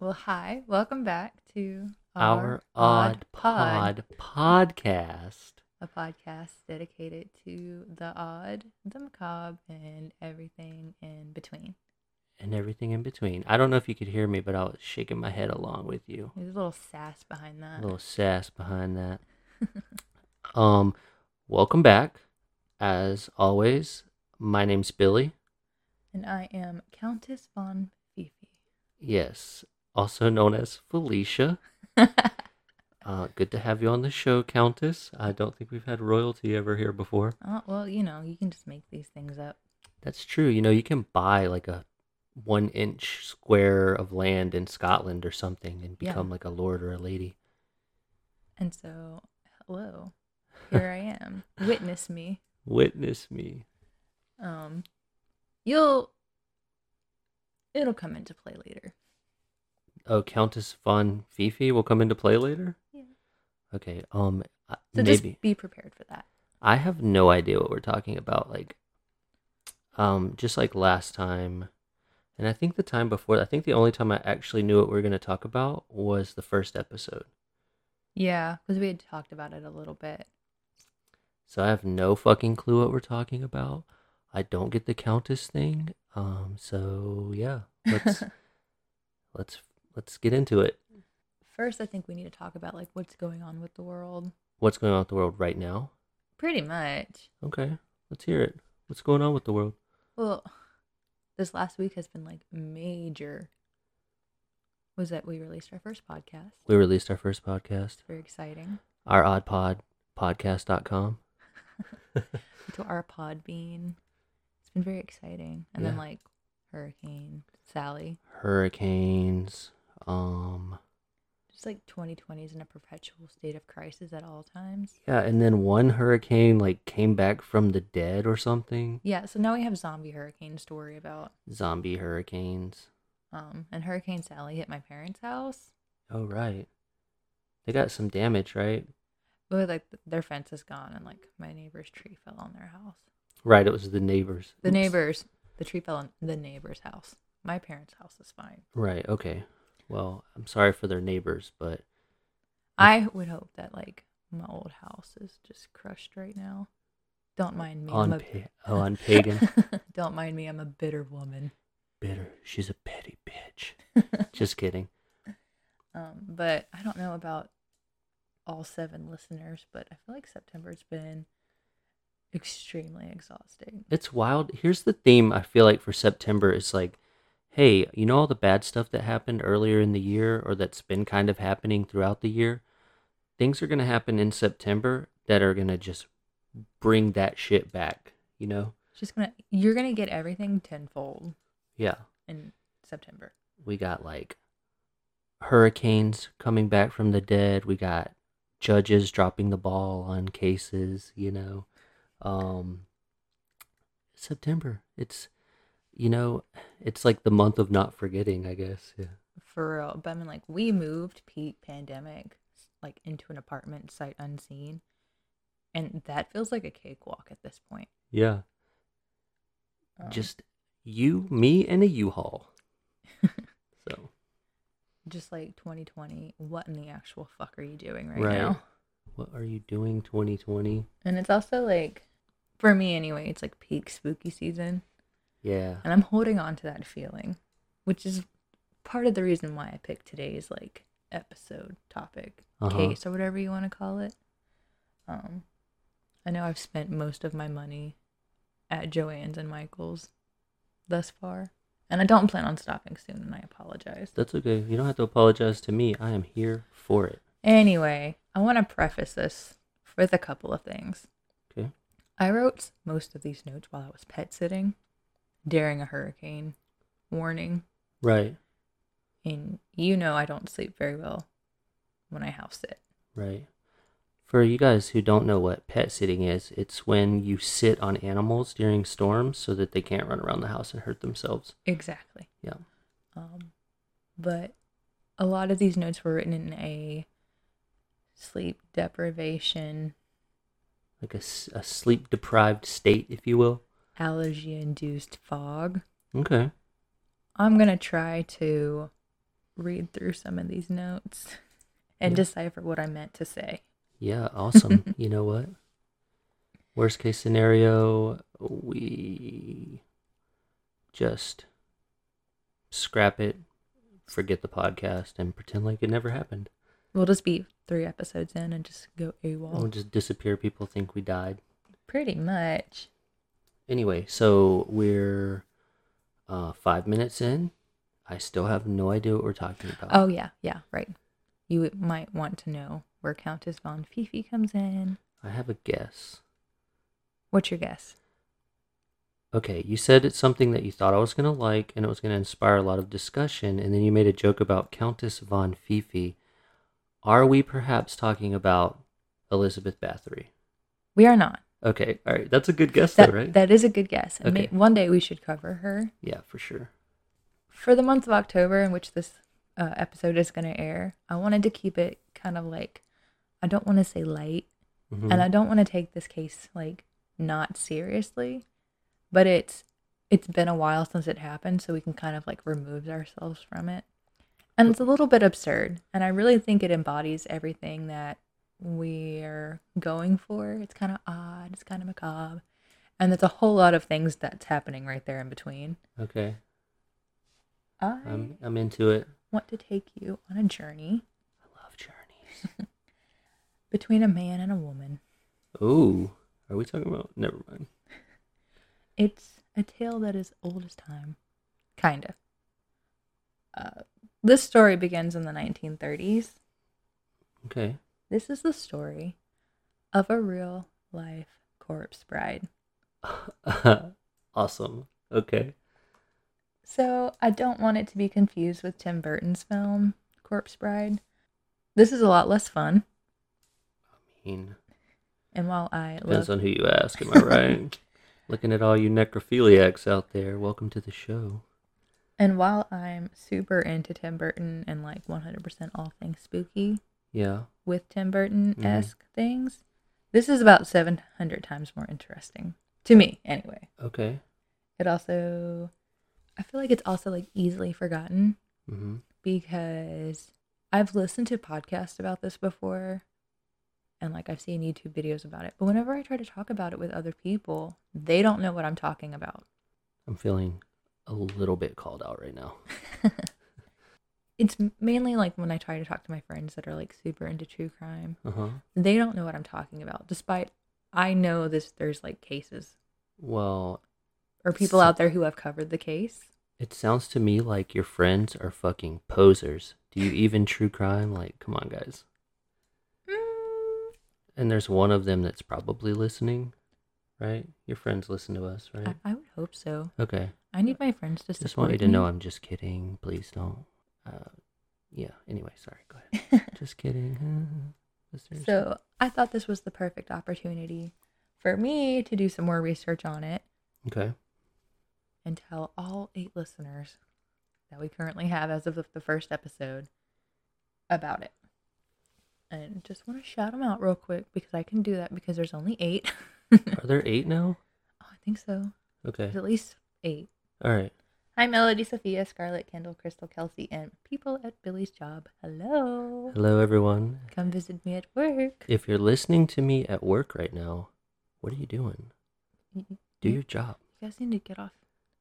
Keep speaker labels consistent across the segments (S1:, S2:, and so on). S1: Well, hi. Welcome back to
S2: Our Odd Pod podcast.
S1: a podcast dedicated to the odd, the macabre, and everything in between.
S2: and everything in between. I don't know if you could hear me, but I was shaking my head along with you.
S1: There's a little sass behind
S2: A
S1: that.
S2: little sass behind that. um, welcome back. As always, my name's Billy.
S1: And I am Countess Von Fifi.
S2: Yes, also known as Felicia.
S1: oh,
S2: Uh, good to have you on the show, Countess. I don't think we've had royalty ever here before.
S1: well, you know, you can just make these things up.
S2: That's true. You know, you can buy like a one inch square of land in Scotland or something and
S1: Yeah.
S2: become like a lord or a lady.
S1: And so, hello. Here I am. Witness me.
S2: Witness me.
S1: Um, you'll. It'll come into play later.
S2: Oh, Countess Von Fifi will come into play later.
S1: Yeah.
S2: Okay. Um, I-
S1: So
S2: maybe
S1: just be prepared for that.
S2: I have no idea what we're talking about. Like, um, just like last time, and I think the time before. I think the only time I actually knew what we were gonna talk about was the first episode.
S1: Yeah, because we had talked about it a little bit.
S2: So I have no fucking clue what we're talking about. I don't get the Countess thing. Um, so yeah, let's let's let's get into it.
S1: First, I think we need to talk about like what's going on with the world.
S2: What's going on with the world right now?
S1: Pretty much.
S2: Okay, let's hear it. What's going on with the world?
S1: Well, this last week has been like major. Was that we released our first podcast?
S2: we released our first podcast,
S1: It's very exciting.
S2: our oddpod podcast.com.
S1: To our pod bean. It's been very exciting. And then
S2: Yeah.
S1: like Hurricane Sally.
S2: Hurricanes, um
S1: Just like 2020 is in a perpetual state of crisis at all times.
S2: yeah, and then one hurricane like came back from the dead or something.
S1: Yeah, so now we have zombie hurricanes to worry about.
S2: Zombie hurricanes.
S1: Um, and Hurricane Sally hit my parents' house.
S2: Oh right. They got some damage, right?
S1: But like th- their fence is gone, and like my neighbor's tree fell on their house.
S2: Right, it was the neighbors.
S1: The
S2: Oops.
S1: neighbors, the tree fell on the neighbor's house. My parents' house is fine.
S2: Right, okay. Well, I'm sorry for their neighbors, but
S1: I would hope that like my old house is just crushed right now. Don't mind me.
S2: on
S1: I'm a,
S2: pa- oh, on pagan
S1: Don't mind me. I'm a bitter woman.
S2: bitter. She's a petty bitch. Just kidding.
S1: Um, but I don't know about all seven listeners, but I feel like September's been extremely exhausting.
S2: It's wild. Here's the theme I feel like for September is like, hey, you know all the bad stuff that happened earlier in the year or that's been kind of happening throughout the year? Things are going to happen in September that are going to just bring that shit back, you know?
S1: It's just gonna, you're gonna get everything tenfold
S2: Yeah.
S1: in September.
S2: We got like hurricanes coming back from the dead. We got judges dropping the ball on cases, you know. Um September. It's you know, it's like the month of not forgetting, I guess. Yeah.
S1: For real. But I mean, like, we moved peak pandemic, like, into an apartment sight unseen. And that feels like a cakewalk at this point.
S2: Yeah.
S1: Um,
S2: Just you, me and a U-Haul. so,
S1: just like 2020. What in the actual fuck are you doing right,
S2: right.
S1: now?
S2: What are you doing 2020?
S1: And it's also like, for me anyway, it's like peak spooky season.
S2: Yeah.
S1: And I'm holding on to that feeling, which is part of the reason why I picked today's like episode topic,
S2: Uh-huh.
S1: case, or whatever you want to call it. Um, I know I've spent most of my money at Joann's and Michael's thus far, and I don't plan on stopping soon, and I apologize.
S2: That's okay. You don't have to apologize to me. I am here for it.
S1: Anyway, I want to preface this with a couple of things.
S2: Okay.
S1: I wrote most of these notes while I was pet sitting during a hurricane warning.
S2: Right.
S1: And you know I don't sleep very well when I house sit.
S2: Right. For you guys who don't know what pet sitting is, it's when you sit on animals during storms so that they can't run around the house and hurt themselves.
S1: Exactly.
S2: Yeah.
S1: Um, but a lot of these notes were written in a sleep deprivation,
S2: Like a, sleep deprived state, if you will.
S1: allergy induced fog.
S2: Okay.
S1: I'm going to try to read through some of these notes and
S2: Yeah.
S1: decipher what I meant to say.
S2: Yeah, awesome. you know what? Worst case scenario, we just scrap it, forget the podcast, and pretend like it never happened.
S1: We'll just be three episodes in and just go AWOL.
S2: We'll just disappear. People think we died.
S1: Pretty much.
S2: Anyway, so we're uh, five minutes in. I still have no idea what we're talking about.
S1: Oh, yeah, yeah, right. You might want to know where Countess Von Fifi comes in.
S2: I have a guess.
S1: What's your guess?
S2: Okay, you said it's something that you thought I was going to like and it was going to inspire a lot of discussion, and then you made a joke about Countess Von Fifi. Are we perhaps talking about Elizabeth Bathory?
S1: We are not.
S2: Okay, all right, that's a good guess,
S1: That,
S2: though, right?
S1: that is a good guess. And may-
S2: Okay.
S1: one day we should cover her.
S2: yeah, for sure.
S1: For the month of October, in which this uh, episode is going to air, I wanted to keep it kind of like, I don't want to say light,
S2: Mhm.
S1: and I don't want to take this case like not seriously, but it's it's been a while since it happened, so we can kind of like remove ourselves from it. And it's a little bit absurd, and I really think it embodies everything that we're going for. It's kind of odd, it's kind of macabre, and there's a whole lot of things that's happening right there in between.
S2: okay,
S1: I
S2: I'm, I'm into it.
S1: want to take you on a journey
S2: I love journeys.
S1: between a man and a woman.
S2: Ooh, are we talking about? Never mind.
S1: It's a tale that is old as time. Kind of. Uh, this story begins in the 1930s.
S2: Okay,
S1: This is the story of a real life corpse bride.
S2: awesome. Okay,
S1: So I don't want it to be confused with Tim Burton's film, Corpse Bride. This is a lot less fun.
S2: I mean,
S1: And while I
S2: Depends
S1: love.
S2: on who you ask, am I right? Looking at all you necrophiliacs out there, welcome to the show.
S1: And while I'm super into Tim Burton and like 100% all things spooky,
S2: Yeah.
S1: with Tim Burton esque things. This is about 700 times more interesting to me, anyway.
S2: Okay.
S1: It also, I feel like it's also like easily forgotten
S2: Mm-hmm.
S1: because I've listened to podcasts about this before and like I've seen YouTube videos about it. But whenever I try to talk about it with other people, they don't know what I'm talking about.
S2: I'm feeling a little bit called out right now.
S1: It's mainly like when I try to talk to my friends that are like super into true crime.
S2: Uh huh.
S1: they don't know what I'm talking about. Despite I know this, there's like cases
S2: Well,
S1: or people out there who have covered the case.
S2: it sounds to me like your friends are fucking posers. Do you even true crime? Like, come on, guys.
S1: Mm,
S2: And there's one of them that's probably listening, right? Your friends listen to us, right?
S1: I, I would hope so.
S2: Okay.
S1: I need my friends to
S2: Just
S1: support
S2: want you to
S1: me.
S2: know I'm just kidding. Please don't. Uh, yeah. Anyway, sorry. Go ahead. Just kidding. Listeners.
S1: so I thought this was the perfect opportunity for me to do some more research on it
S2: Okay.
S1: and tell all eight listeners that we currently have as of the the first episode about it. And just want to shout them out real quick because I can do that because there's only eight. oh,
S2: Are there eight now?
S1: I think so.
S2: Okay.
S1: There's at least eight.
S2: All right.
S1: Hi, Melody, Sophia, Scarlett, Kendall, Crystal, Kelsey, and people at Billy's job. Hello.
S2: Hello, everyone.
S1: Come visit me at work.
S2: If you're listening to me at work right now, what are you doing?
S1: You you
S2: Do your job.
S1: guys need to get off.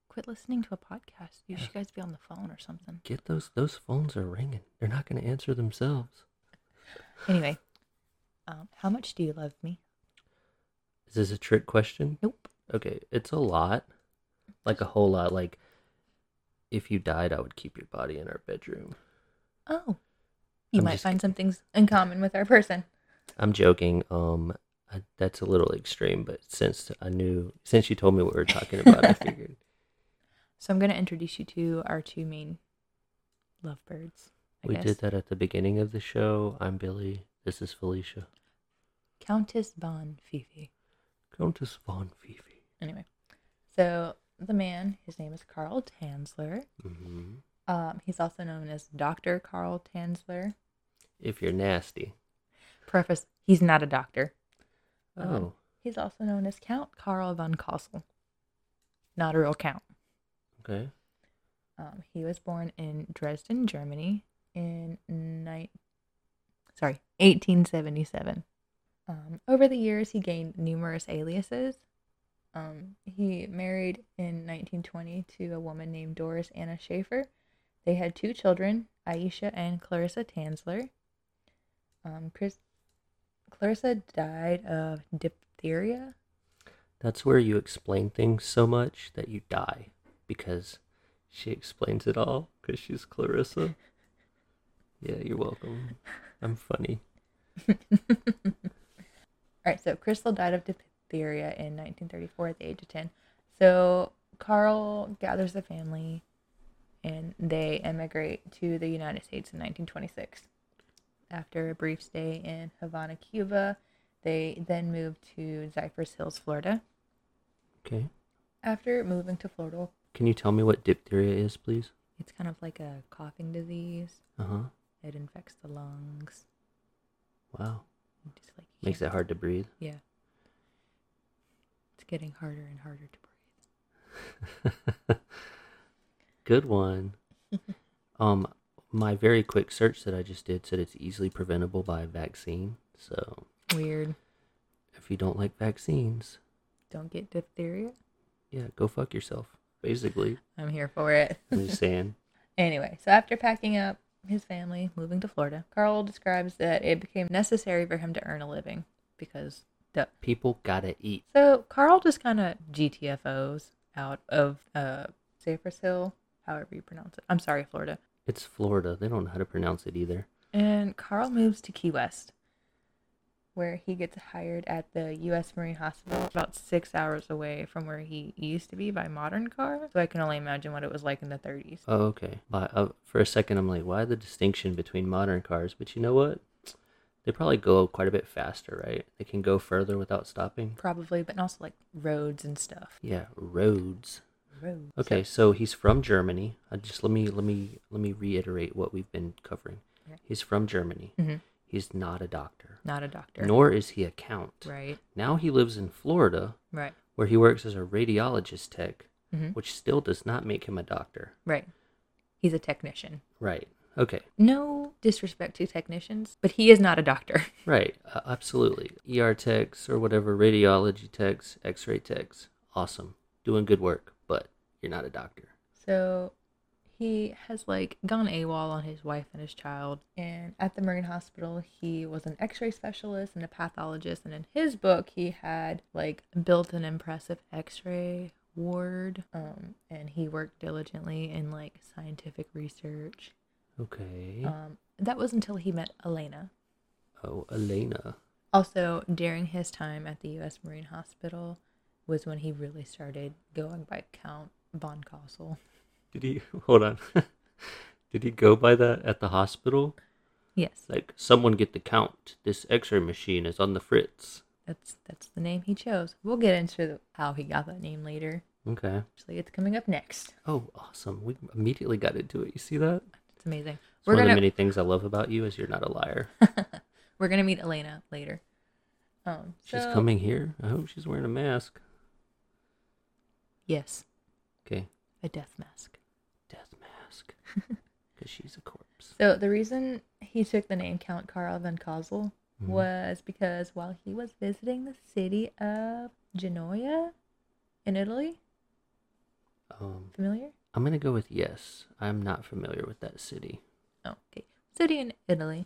S1: Quit listening to a podcast. You should guys be on the phone or something.
S2: Get those. Those phones are ringing. They're not going to answer themselves.
S1: Anyway, um, how much do you love me?
S2: Is this a trick question?
S1: Nope.
S2: Okay. It's a lot. Like a whole lot. Like, if you died, I would keep your body in our bedroom.
S1: Oh, you
S2: I'm
S1: might
S2: just
S1: find some things in common with our person.
S2: I'm joking. Um, I, that's a little extreme, but since I knew, since you told me what we were talking about, I figured.
S1: So I'm going to introduce you to our two main lovebirds. I
S2: we
S1: guess.
S2: did that at the beginning of the show. I'm Billy. This is Felicia.
S1: Countess Von Fifi.
S2: Countess Von Fifi.
S1: Anyway, so the man, his name is Carl Tansler.
S2: hmm
S1: Um, he's also known as Dr. Carl Tansler.
S2: If you're nasty.
S1: Preface, he's not a doctor.
S2: Oh,
S1: Um, He's also known as Count Carl von Kassel. Not a real count.
S2: okay.
S1: Um, he was born in Dresden, Germany in night sorry 1877 um, over the years he gained numerous aliases um, he married in 1920 to a woman named doris anna schaefer they had two children aisha and clarissa tansler um, Chris, clarissa died of diphtheria
S2: That's where you explain things so much that you die because she explains it all because she's Clarissa. Yeah, you're welcome. I'm funny.
S1: All right, so Crystal died of diphtheria in 1934 at the age of 10. So Carl gathers the family and they emigrate to the United States in 1926. After a brief stay in Havana, Cuba, they then moved to Cypress Hills, Florida.
S2: Okay.
S1: After moving to Florida,
S2: Can you tell me what diphtheria is, please?
S1: it's kind of like a coughing disease.
S2: Uh huh.
S1: It infects the lungs.
S2: Wow.
S1: You Just like you
S2: Makes
S1: can't-
S2: it hard to breathe.
S1: Yeah. It's getting harder and harder to breathe.
S2: Good one. um, my very quick search that I just did said it's easily preventable by vaccine. So
S1: Weird.
S2: if you don't like vaccines,
S1: Don't get diphtheria.
S2: yeah, go fuck yourself. Basically,
S1: I'm here for it.
S2: I'm just saying.
S1: Anyway, so after packing up his family, moving to Florida, Carl describes that it became necessary for him to earn a living because duh.
S2: People gotta eat.
S1: So Carl just kind of GTFOs out of uh, Cypress Hill, however you pronounce it. I'm sorry, Florida.
S2: It's Florida. They don't know how to pronounce it either.
S1: And Carl moves to Key West, where he gets hired at the U.S. Marine Hospital, about six hours away from where he used to be by modern car. So I can only imagine what it was like in the 30s.
S2: Oh, okay. But uh, for a second, I'm like, why the distinction between modern cars? But you know what? They probably go quite a bit faster, right? They can go further without stopping.
S1: Probably, but also like roads and stuff.
S2: Yeah, roads.
S1: Roads.
S2: Okay, so he's from Germany. I just let me let me let me reiterate what we've been covering.
S1: Okay.
S2: He's from Germany.
S1: Mhm.
S2: He's not a doctor,
S1: Not a doctor.
S2: nor is he a count.
S1: Right,
S2: Now he lives in Florida,
S1: right,
S2: where he works as a radiologist tech,
S1: Mhm.
S2: which still does not make him a doctor.
S1: right. He's a technician.
S2: Right. Okay.
S1: No disrespect to technicians, but he is not a doctor.
S2: Right. Uh, absolutely. ER techs or whatever, radiology techs, X-ray techs. Awesome, doing good work, but you're not a doctor.
S1: So he has like gone AWOL on his wife and his child. And at the Marine Hospital, he was an x ray specialist and a pathologist. And in his book, he had like built an impressive x ray ward. Um, and he worked diligently in like scientific research.
S2: Okay.
S1: Um, that was until he met Elena.
S2: oh, Elena.
S1: Also, during his time at the U.S. Marine Hospital was when he really started going by Count von Kossel.
S2: Did he hold on? Did he go by that at the hospital?
S1: Yes,
S2: Like, someone get the count. This X-ray machine is on the fritz.
S1: that's that's the name he chose. We'll get into the, how he got that name later.
S2: Okay.
S1: Actually, it's coming up next.
S2: Oh, awesome. We immediately got into it. You see that?
S1: It's amazing.
S2: It's
S1: We're
S2: one of
S1: gonna
S2: the many things I love about you is you're not a liar.
S1: we're gonna meet Elena later. Um,
S2: She's
S1: so-
S2: coming here. I hope she's wearing a mask.
S1: Yes,
S2: Okay.
S1: a death mask.
S2: Death mask. Because she's a corpse.
S1: So the reason he took the name Count Karl von Kossel
S2: Mhm.
S1: was because while he was visiting the city of Genoa in Italy,
S2: Um,
S1: familiar?
S2: I'm gonna go with yes. I'm not familiar with that city.
S1: Oh, okay. City in Italy.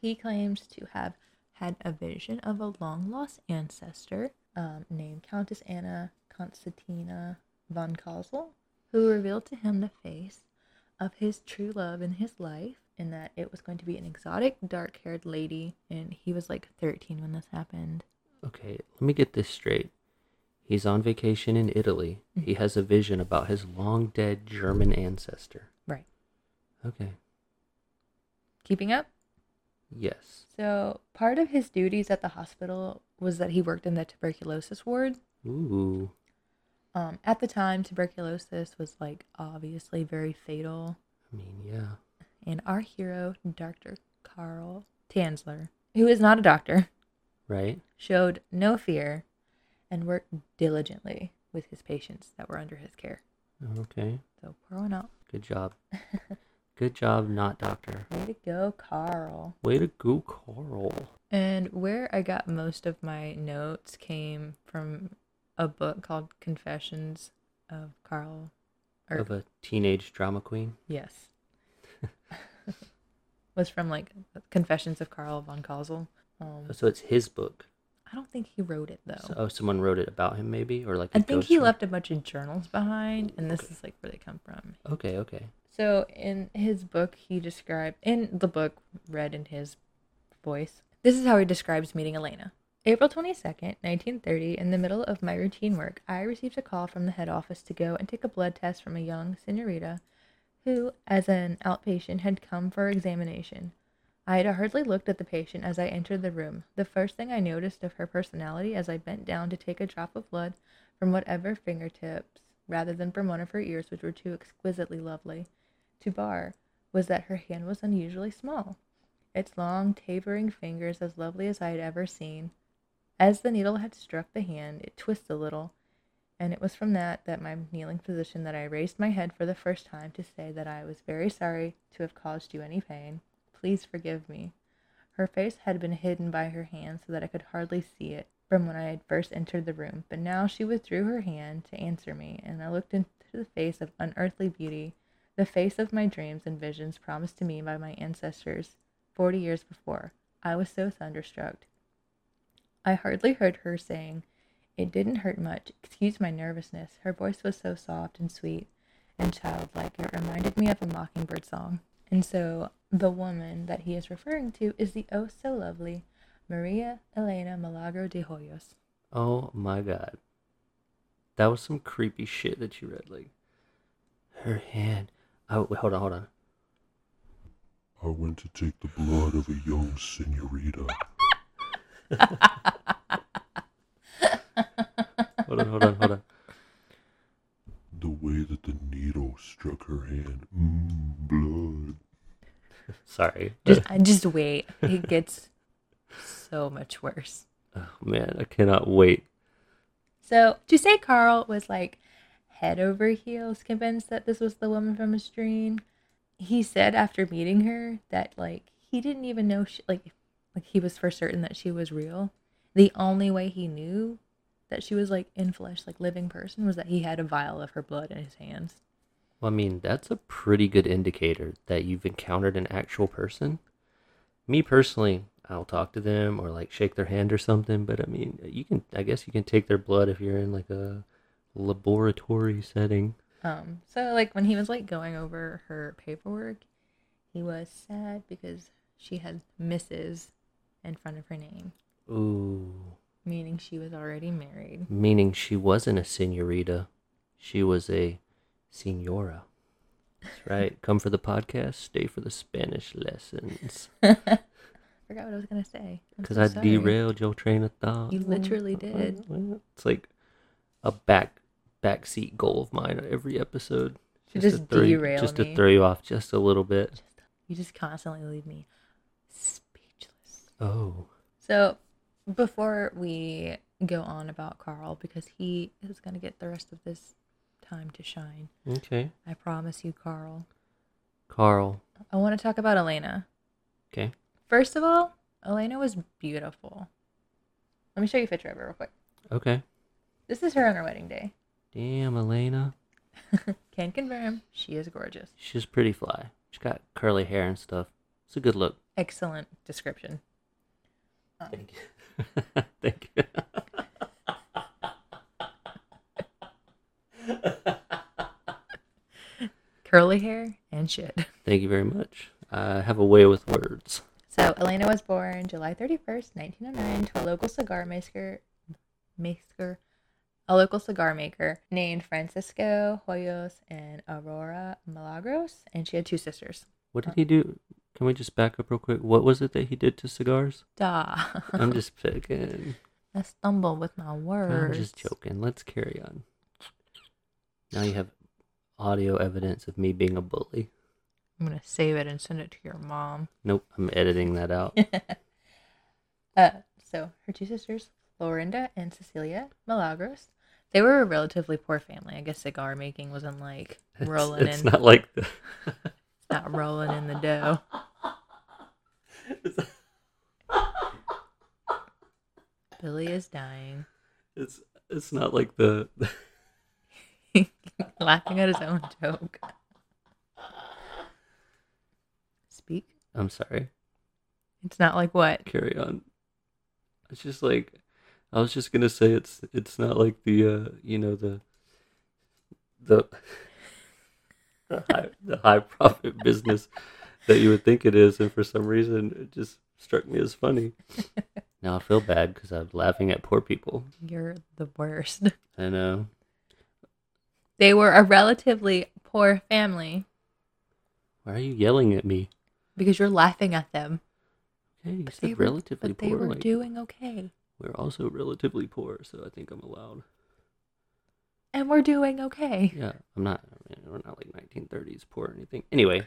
S1: He claims to have had a vision of a long lost ancestor um, named Countess Anna Constantina von Kossel, who revealed to him the face of his true love in his life, and that it was going to be an exotic, dark haired lady. And he was like 13 when this happened.
S2: Okay, let me get this straight. He's on vacation in Italy.
S1: Mm-hmm.
S2: He has a vision about his long dead German ancestor.
S1: Right.
S2: Okay.
S1: Keeping up?
S2: Yes.
S1: So, part of his duties at the hospital was that he worked in the tuberculosis ward.
S2: Ooh.
S1: Um, at the time, tuberculosis was like obviously very fatal,
S2: I mean, yeah.
S1: and our hero, Dr. Carl Tansler, who is not a doctor,
S2: Right?
S1: showed no fear and worked diligently with his patients that were under his care.
S2: Okay.
S1: So pour one out.
S2: Good job. Good job, not doctor.
S1: Way to go, Carl.
S2: Way to go, Carl.
S1: And where I got most of my notes came from a book called Confessions of Carl. Or,
S2: Of a teenage drama queen.
S1: yes. was from like Confessions of Carl von Kausel. Um,
S2: So it's his book.
S1: I don't think he wrote it though.
S2: So, oh, someone wrote it about him, maybe, or like. a
S1: I think he
S2: ghostwriter?
S1: left a bunch of journals behind, and this is like where they come from.
S2: Okay, okay.
S1: So in his book, he described in the book read in his voice. This is how he describes meeting Elena. April 22nd, 1930, in the middle of my routine work, I received a call from the head office to go and take a blood test from a young senorita who, as an outpatient, had come for examination. I had hardly looked at the patient as I entered the room. The first thing I noticed of her personality as I bent down to take a drop of blood from whatever fingertips, rather than from one of her ears, which were too exquisitely lovely, to bar, was that her hand was unusually small. Its long, tapering fingers, as lovely as I had ever seen. As the needle had struck the hand, it twisted a little, and it was from that that my kneeling position that I raised my head for the first time to say that I was very sorry to have caused you any pain. Please forgive me. Her face had been hidden by her hand so that I could hardly see it from when I had first entered the room, but now she withdrew her hand to answer me, and I looked into the face of unearthly beauty, the face of my dreams and visions promised to me by my ancestors forty years before. I was so thunderstruck. I hardly heard her saying, It didn't hurt much. Excuse my nervousness. Her voice was so soft and sweet and childlike. It reminded me of a mockingbird song. And so the woman that he is referring to is the oh so lovely Maria Elena Milagro de Hoyos.
S2: Oh my god. That was some creepy shit that you read. Like, her hand. Oh, wait, hold on, hold on.
S3: I went to take the blood of a young senorita.
S2: Hold on, hold on, hold on.
S3: The way that the needle struck her hand. Mmm, blood.
S2: Sorry.
S1: Just, I just wait. It gets so much worse.
S2: oh man, I cannot wait.
S1: So to say Carl was like head over heels convinced that this was the woman from his dream, he said after meeting her that like he didn't even know she like like he was for certain that she was real. The only way he knew that she was like in flesh, like living person, was that he had a vial of her blood in his hands.
S2: Well, I mean, that's a pretty good indicator that you've encountered an actual person. Me personally, I'll talk to them or like shake their hand or something, but I mean, you can, I guess you can take their blood if you're in like a laboratory setting.
S1: Um, so like when he was like going over her paperwork, he was sad because she had Mrs. in front of her name,
S2: Ooh.
S1: meaning she was already married.
S2: meaning she wasn't a senorita, she was a senora. That's right. Come for the podcast, stay for the Spanish lessons.
S1: Forgot what I was gonna say. I'm
S2: Because
S1: so
S2: I
S1: sorry.
S2: derailed your train of thought.
S1: You literally did.
S2: It's like a back backseat goal of mine every episode.
S1: To just
S2: throw you-
S1: derail
S2: Just
S1: me.
S2: to throw you off just a little bit.
S1: You just constantly leave me speechless.
S2: Oh,
S1: So, before we go on about Carl, because he is gonna get the rest of this time to shine,
S2: okay.
S1: I promise you, Carl.
S2: Carl.
S1: I want to talk about Elena.
S2: Okay.
S1: First of all, Elena was beautiful. Let me show you a picture of her real quick.
S2: Okay.
S1: This is her on her wedding day.
S2: Damn, Elena.
S1: Can confirm she is gorgeous.
S2: She's pretty fly. She's got curly hair and stuff. It's a good look.
S1: Excellent description.
S2: Thank you. Thank you.
S1: Curly hair and shit.
S2: Thank you very much. I have a way with words.
S1: So Elena was born July 31st, 1909, to a local cigar maker, maker, a local cigar maker named Francisco Hoyos and Aurora Milagros, and she had two sisters.
S2: What did he do? Can we just back up real quick? What was it that he did to cigars?
S1: Duh.
S2: I'm just picking.
S1: I stumble with my words.
S2: I'm just joking. Let's carry on. Now you have audio evidence of me being a bully.
S1: I'm gonna save it and send it to your mom.
S2: Nope, I'm editing that out.
S1: Uh, so her two sisters, Florinda and Cecilia Milagros, they were a relatively poor family. I guess cigar making wasn't like
S2: It's,
S1: rolling
S2: it's
S1: in.
S2: not like the
S1: Not rolling in the dough.
S2: It's,
S1: Billy is dying.
S2: it's it's not like the
S1: Laughing at his own joke. Speak.
S2: I'm sorry.
S1: It's not like what?
S2: Carry on. It's just like I was just gonna say it's it's not like the uh you know the the the high, the high profit business that you would think it is, and for some reason it just struck me as funny. now I feel bad because I'm laughing at poor people. uh,
S1: You're the worst.
S2: I know.
S1: They were a relatively poor family
S2: Why are you yelling at me?
S1: because you're laughing at them.
S2: Hey, you
S1: But they
S2: said
S1: were-
S2: relatively
S1: But they
S2: poor.
S1: were
S2: like,
S1: doing okay.
S2: we're also relatively poor, so I think I'm allowed.
S1: And we're doing okay.
S2: Yeah, I'm not. I mean, we're not like 1930s poor or anything. Anyway,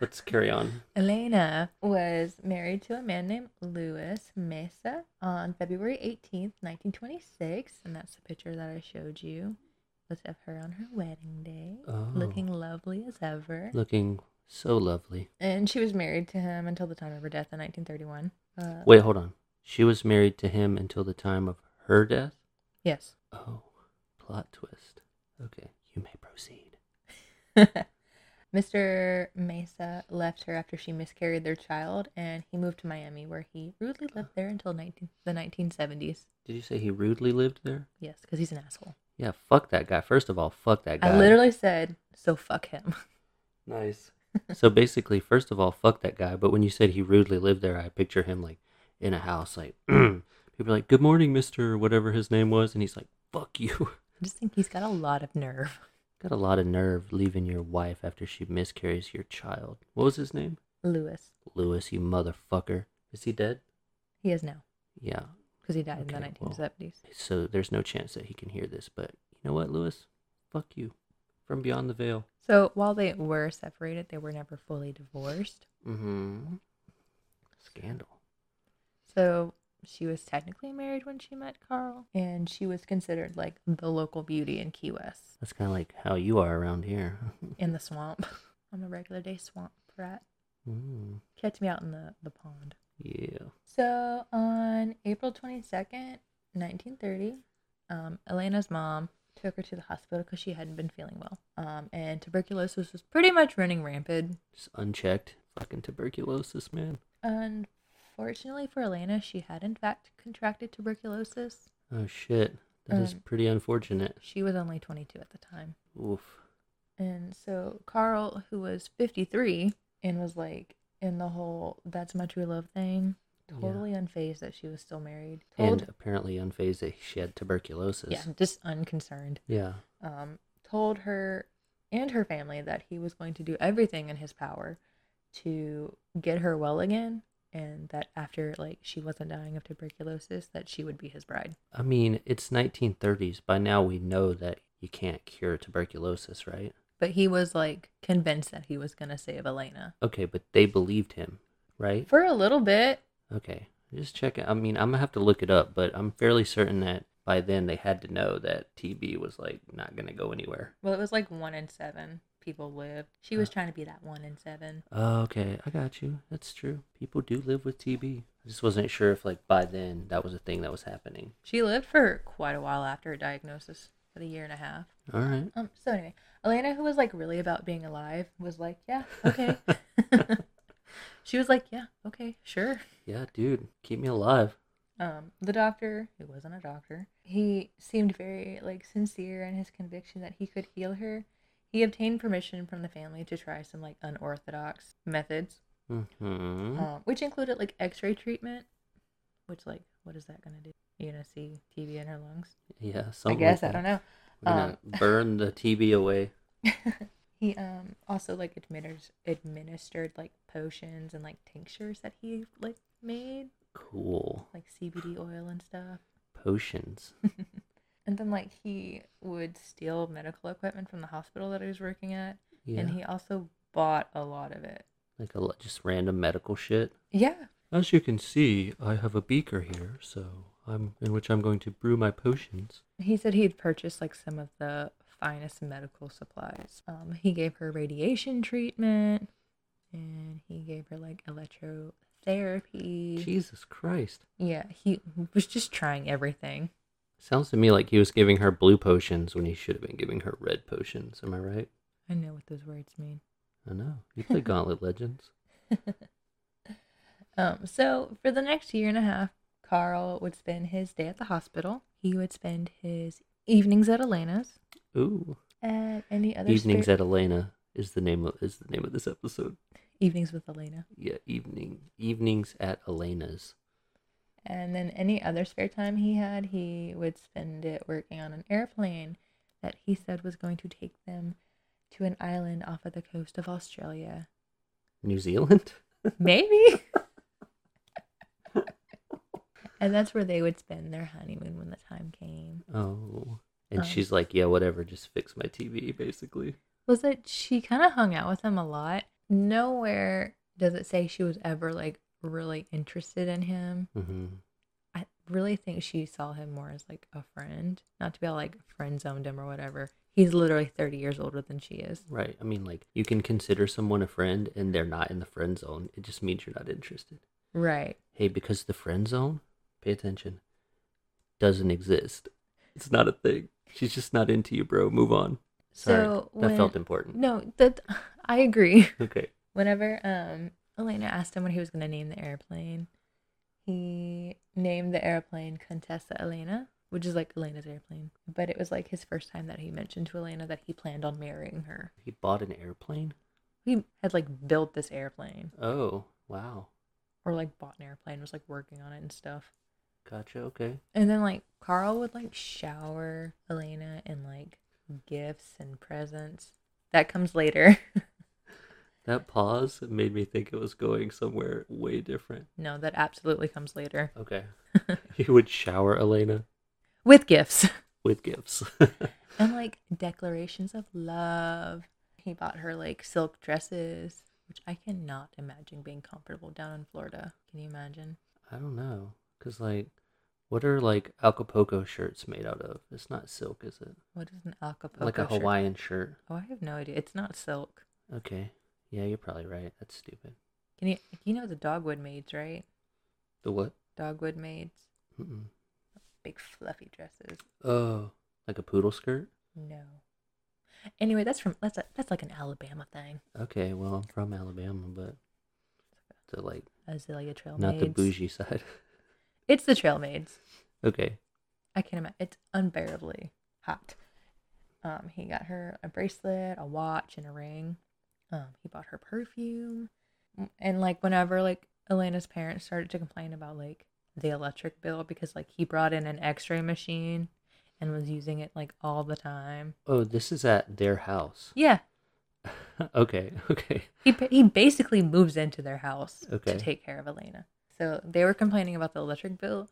S2: let's carry on.
S1: Elena was married to a man named Louis Mesa on February 18th, 1926. And that's the picture that I showed you. Let's have her on her wedding day,
S2: Oh,
S1: looking lovely as ever.
S2: looking so lovely.
S1: And she was married to him until the time of her death in 1931. Uh,
S2: Wait, hold on. She was married to him until the time of her death.
S1: yes.
S2: Oh, plot twist. Okay, you may proceed.
S1: Mr. Mesa left her after she miscarried their child, and he moved to Miami, where he rudely lived there until 19, the 1970s.
S2: Did you say he rudely lived there?
S1: Yes, because he's an asshole.
S2: Yeah, fuck that guy. First of all, fuck that guy.
S1: I literally said, so fuck him.
S2: Nice. so basically, first of all, fuck that guy. But when you said he rudely lived there, I picture him like in a house, like people are like, "Good morning, Mister," whatever his name was, and he's like, "Fuck you."
S1: I just think he's got a lot of nerve.
S2: Got a lot of nerve leaving your wife after she miscarries your child. What was his name?
S1: Lewis,
S2: Lewis, you motherfucker. Is he dead?
S1: he is now,
S2: Yeah.
S1: because he died in the
S2: Okay, well.
S1: 1970s.
S2: So there's no chance that he can hear this, but you know what, Lewis? Fuck you. From beyond the veil.
S1: So while they were separated, they were never fully divorced.
S2: Mm
S1: Mm-hmm.
S2: hmm. Scandal.
S1: So she was technically married when she met Carl, and she was considered like the local beauty in Key West.
S2: That's kind of like how you are around here.
S1: in the swamp. I'm a regular day swamp rat.
S2: mm,
S1: Catch me out in the, the pond.
S2: yeah.
S1: So on April 22nd, 1930, um, Elena's mom took her to the hospital because she hadn't been feeling well. Um, and tuberculosis was pretty much running rampant.
S2: Just unchecked. Fucking tuberculosis, man.
S1: Unfortunately for Elena, she had in fact contracted tuberculosis.
S2: Oh, shit. That is
S1: Um,
S2: pretty unfortunate.
S1: She was only 22 at the time.
S2: Oof.
S1: And so Carl, who was 53 and was like in the whole that's my true love thing,
S2: Yeah.
S1: totally unfazed that she was still married. Told,
S2: And apparently unfazed that she had tuberculosis.
S1: yeah, just unconcerned.
S2: Yeah.
S1: Um, told her and her family that he was going to do everything in his power to get her well again and that after like she wasn't dying of tuberculosis that she would be his bride.
S2: I mean, it's 1930s. By now, we know that you can't cure tuberculosis, right?
S1: But he was like convinced that he was going to save Elena.
S2: Okay, but they believed him, right?
S1: For a little bit,
S2: Okay, just check it. I mean, I'm gonna have to look it up, but I'm fairly certain that by then they had to know that TB was like not gonna go anywhere.
S1: Well, it was like one in seven people lived. She was trying to be that one in seven.
S2: Okay, I got you. That's true. People do live with TB. I just wasn't sure if like by then that was a thing that was happening.
S1: She lived for quite a while after her diagnosis, about a year and a half.
S2: All right.
S1: Um. So anyway, Elena, who was like really about being alive, was like, "Yeah, okay." she was like, "Yeah, okay, sure."
S2: Yeah, dude, keep me alive.
S1: Um, the doctor, who wasn't a doctor, he seemed very like sincere in his conviction that he could heal her. He obtained permission from the family to try some like unorthodox methods.
S2: Mm-hmm.
S1: um, which included like X-ray treatment. Which like, what is that gonna do? You gonna see TB in her lungs?
S2: yeah.
S1: I
S2: Something like
S1: guess I
S2: that.
S1: don't know.
S2: Oh,
S1: Um, Uh,
S2: We're gonna burn the TB away.
S1: He um also like administered administered like potions and like tinctures that he like made,
S2: Cool.
S1: like CBD oil and stuff.
S2: Potions.
S1: And then like he would steal medical equipment from the hospital that he was working at,
S2: Yeah.
S1: and he also bought a lot of it.
S2: like a lot, just random medical shit.
S1: Yeah,
S2: As you can see, I have a beaker here, so I'm in which I'm going to brew my potions.
S1: He said he'd purchased like some of the finest medical supplies. Um, he gave her radiation treatment, and he gave her like electrotherapy.
S2: Jesus Christ.
S1: Yeah, he was just trying everything.
S2: Sounds to me like he was giving her blue potions when he should have been giving her red potions. Am I right?
S1: I know what those words mean.
S2: I know. You play Gauntlet Legends.
S1: Um, so for the next year and a half, Carl would spend his day at the hospital. He would spend his evenings at Elena's.
S2: Ooh.
S1: At any other
S2: Evenings
S1: spare-
S2: at Elena is the name of is the name of this episode.
S1: evenings with Elena,
S2: Yeah, evening evenings at Elena's.
S1: and then any other spare time he had, he would spend it working on an airplane that he said was going to take them to an island off of the coast of Australia.
S2: New Zealand?
S1: Maybe. and that's where they would spend their honeymoon when the time came.
S2: Oh. And
S1: Um.
S2: she's like, Yeah, whatever, just fix my TV basically.
S1: was that she kind of hung out with him a lot. Nowhere does it say she was ever like really interested in him.
S2: hmm
S1: I really think she saw him more as like a friend, not to be all like friend zoned him or whatever. He's literally 30 years older than she is.
S2: Right. I mean like you can consider someone a friend and they're not in the friend zone. It just means you're not interested.
S1: Right.
S2: Hey, because the friend zone, pay attention, doesn't exist. It's not a thing. She's just not into you, bro. Move on. Sorry.
S1: So
S2: that
S1: when-
S2: felt important.
S1: No, that I agree.
S2: Okay.
S1: Whenever um Elena asked him what he was going to name the airplane, he named the airplane Contessa Elena, which is like Elena's airplane. But it was like his first time that he mentioned to Elena that he planned on marrying her.
S2: He bought an airplane?
S1: He had like built this airplane
S2: Oh, wow.
S1: or like bought an airplane, was like working on it and stuff.
S2: Gotcha. Okay.
S1: And then like Carl would like shower Elena in like gifts and presents. That comes later.
S2: That pause made me think it was going somewhere way different.
S1: no, that absolutely comes later.
S2: Okay. he would shower Elena
S1: With gifts.
S2: with gifts.
S1: and like declarations of love. He bought her like silk dresses, which I cannot imagine being comfortable down in Florida. Can you imagine?
S2: I don't know. Because, like, what are, like, Acapulco shirts made out of? It's not silk, is it?
S1: What is an Acapulco?
S2: like a
S1: shirt?
S2: Hawaiian shirt.
S1: Oh, I have no idea. It's not silk.
S2: Okay. Yeah, you're probably right. That's stupid.
S1: Can you? You know the dogwood maids, right?
S2: The what?
S1: Dogwood maids,
S2: Mm-mm.
S1: big fluffy dresses.
S2: Oh, like a poodle skirt?
S1: No. Anyway, that's from that's a, that's like an Alabama thing.
S2: Okay, well, I'm from Alabama, but the, like,
S1: Azalea Trail
S2: not
S1: Maids.
S2: the bougie side.
S1: It's the Trail Maids.
S2: okay.
S1: I can't imagine. It's unbearably hot. Um, he got her a bracelet, a watch, and a ring. Um, he bought her perfume, M- and like whenever like Elena's parents started to complain about like the electric bill because like he brought in an X-ray machine and was using it like all the time.
S2: Oh, this is at their house.
S1: Yeah,
S2: okay, okay.
S1: he ba- he basically moves into their house
S2: Okay.
S1: to take care of Elena. So they were complaining about the electric bill.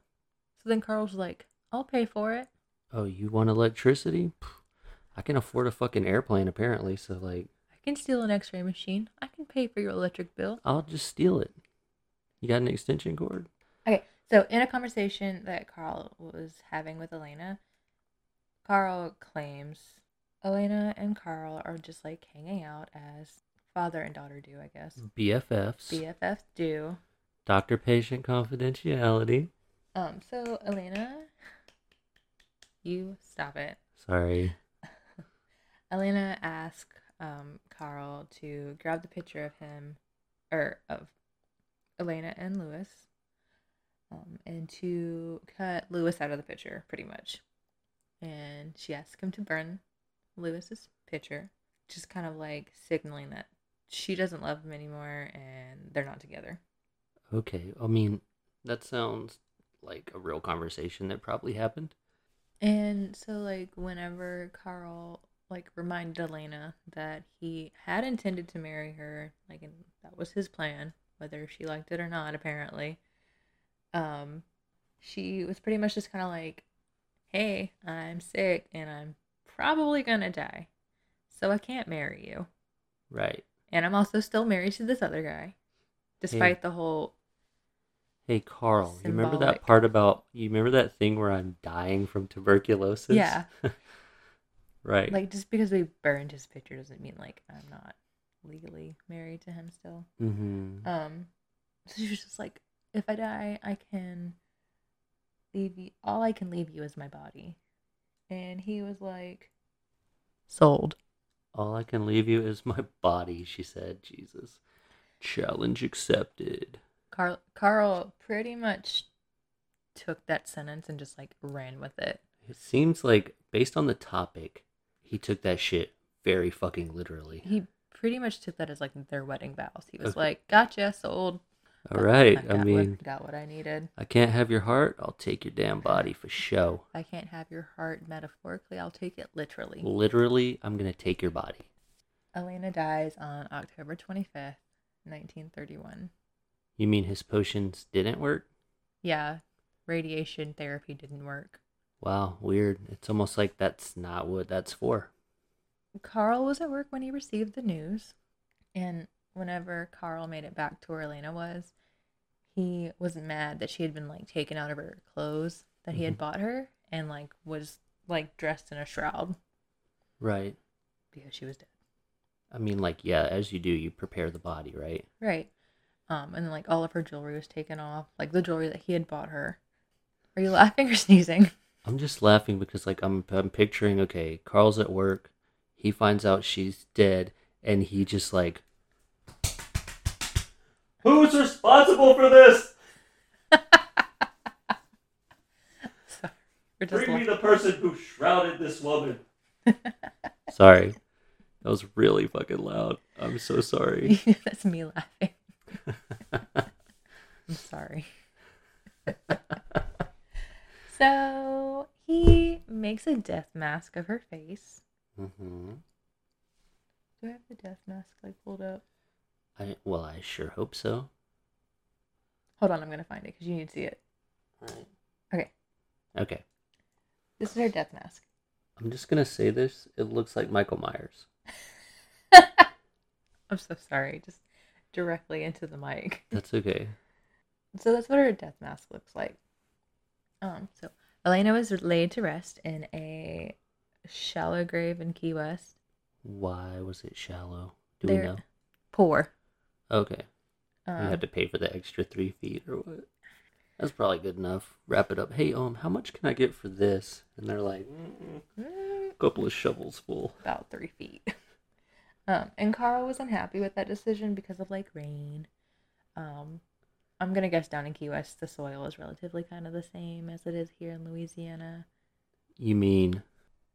S1: So then Carl's like, "I'll pay for it."
S2: Oh, you want electricity? Pff, I can afford a fucking airplane apparently, so like
S1: I can steal an x ray machine. I can pay for your electric bill.
S2: I'll just steal it. You got an extension cord?
S1: Okay, so in a conversation that Carl was having with Elena, Carl claims Elena and Carl are just like hanging out as father and daughter do, I guess.
S2: Mm. BFFs.
S1: BFF do.
S2: Doctor patient confidentiality.
S1: Um, so Elena, you stop it.
S2: Sorry.
S1: Elena asked um, Carl to grab the picture of him, or of Elena and Lewis, um, and to cut Lewis out of the picture, pretty much. And she asked him to burn Lewis's picture, just kind of like signaling that she doesn't love him anymore and they're not together.
S2: Okay. I mean, that sounds like a real conversation that probably happened.
S1: And so, like, whenever Carl like reminded Elena that he had intended to marry her, like, and that was his plan, whether she liked it or not, apparently. Um, she was pretty much just kind of like, "Hey, I'm sick and I'm probably gonna die, so I can't marry you,
S2: Right.
S1: and I'm also still married to this other guy, despite the whole
S2: Hey Carl, you remember that
S1: Symbolic.
S2: part about you remember that thing where I'm dying from tuberculosis?
S1: Yeah.
S2: right.
S1: like just because we burned his picture doesn't mean like I'm not legally married to him still.
S2: Mm-hmm.
S1: Um, so she was just like, if I die, I can leave you. All I can leave you is my body. And he was like, sold.
S2: All I can leave you is my body, she said. Jesus. Challenge accepted.
S1: Carl, Carl pretty much took that sentence and just like ran with it.
S2: It seems like, based on the topic, he took that shit very fucking literally.
S1: He pretty much took that as like their wedding vows. He was
S2: Okay.
S1: like, gotcha, sold.
S2: All right.
S1: got
S2: I
S1: what-
S2: mean,
S1: got what I needed.
S2: I can't have your heart. I'll take your damn body for show.
S1: If I can't have your heart metaphorically, I'll take it literally.
S2: Literally, I'm going to take your body.
S1: Elena dies on October 25th, 1931.
S2: You mean his potions didn't work?
S1: Yeah, radiation therapy didn't work.
S2: Wow, weird. It's almost like that's not what that's for.
S1: Carl was at work when he received the news, and whenever Carl made it back to where Elena was, he was mad that she had been like taken out of her clothes that he had bought her and like was like dressed in a shroud
S2: Right.
S1: because she was dead.
S2: I mean, like, yeah, as you do, you prepare the body, right?
S1: Right. Um, and then like all of her jewelry was taken off, like the jewelry that he had bought her. Are you laughing or sneezing?
S2: I'm just laughing because, like, I'm, I'm picturing, okay, Carl's at work. He finds out she's dead, and he just, like, Who's responsible for this?
S1: Sorry. We're just laugh-
S2: the person who shrouded this woman. sorry. That was really fucking loud. I'm so sorry.
S1: That's me laughing. I'm sorry. so he makes a death mask of her face.
S2: hmm
S1: Do I have the death mask like pulled up?
S2: I, well, I sure hope so.
S1: Hold on, I'm gonna find it because you need to see it. Okay.
S2: Okay.
S1: This is her death mask.
S2: I'm just gonna say this. It looks like Michael Myers.
S1: I'm so sorry. Just directly into the mic.
S2: That's okay.
S1: So that's what her death mask looks like. Um, so Elena was laid to rest in a shallow grave in Key West.
S2: Why was it shallow? Do
S1: There-
S2: we know?
S1: Poor.
S2: Okay.
S1: Um,
S2: you have to pay for the extra three feet or what? That's probably good enough. Wrap it up. Hey, um, how much can I get for this? And they're like, "Mm,
S1: mm,
S2: a couple of shovels full.
S1: about three feet. Um, and Carl was unhappy with that decision because of like rain. Um, I'm gonna guess down in Key West the soil is relatively kind of the same as it is here in Louisiana.
S2: You mean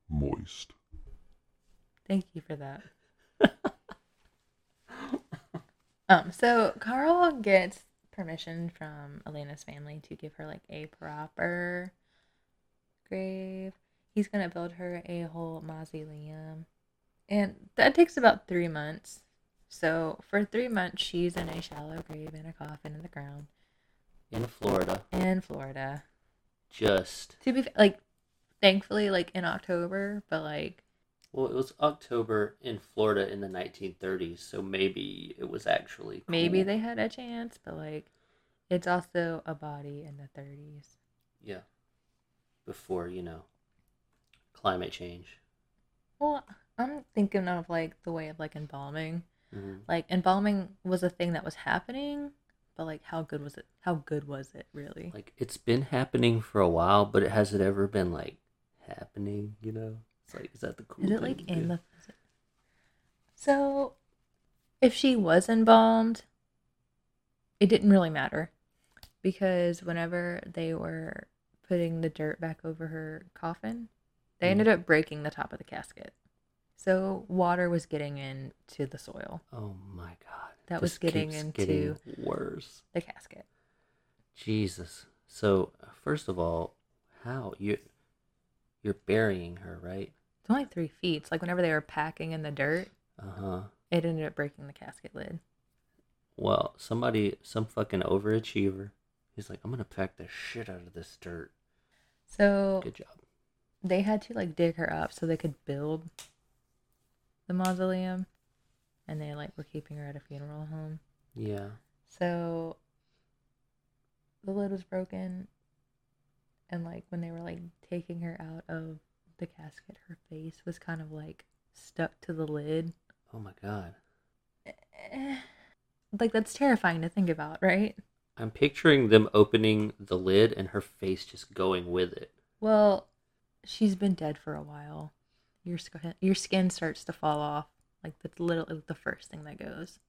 S3: Moist.
S1: Thank you for that. um, so Carl gets permission from Elena's family to give her like a proper grave. He's gonna build her a whole mausoleum. And that takes about three months. So for three months she's in a shallow grave in a coffin in the ground
S2: in Florida?
S1: in Florida.
S2: Just
S1: To be f- like thankfully like in October, but like
S2: well, it was October in Florida in the 1930s, so maybe it was actually cool.
S1: maybe they had a chance, but like it's also a body in the 30s.
S2: yeah before you know climate change.
S1: Well, I'm thinking of like the way of like embalming.
S2: Mhm.
S1: Like embalming was a thing that was happening, but like how good was it? How good was it really?
S2: like it's been happening for a while, but it hasn't ever been like happening. You know, it's like is that the cool?
S1: Is it
S2: thing
S1: like
S2: to
S1: in
S2: do?
S1: the So if she was embalmed, it didn't really matter because whenever they were putting the dirt back over her coffin, they
S2: Mhm.
S1: ended up breaking the top of the casket. So water was getting into the soil,
S2: Oh my god,
S1: That was
S2: This
S1: getting
S2: keeps
S1: into-
S2: getting worse.
S1: the casket.
S2: Jesus. So first of all, how you you're burying her, right?
S1: It's only three feet. It's like whenever they were packing in the dirt,
S2: Uh huh.
S1: it ended up breaking the casket lid.
S2: Well, somebody, some fucking overachiever, he's like, I'm gonna pack the shit out of this dirt.
S1: So
S2: Good job.
S1: they had to like dig her up so they could build the mausoleum and they like were keeping her at a funeral home
S2: Yeah.
S1: so the lid was broken and like when they were like taking her out of the casket her face was kind of like stuck to the lid
S2: Oh my god.
S1: eh, like that's terrifying to think about, right?
S2: I'm picturing them opening the lid and her face just going with it.
S1: Well, she's been dead for a while. Your skin, your skin starts to fall off. Like that's literally the first thing that goes.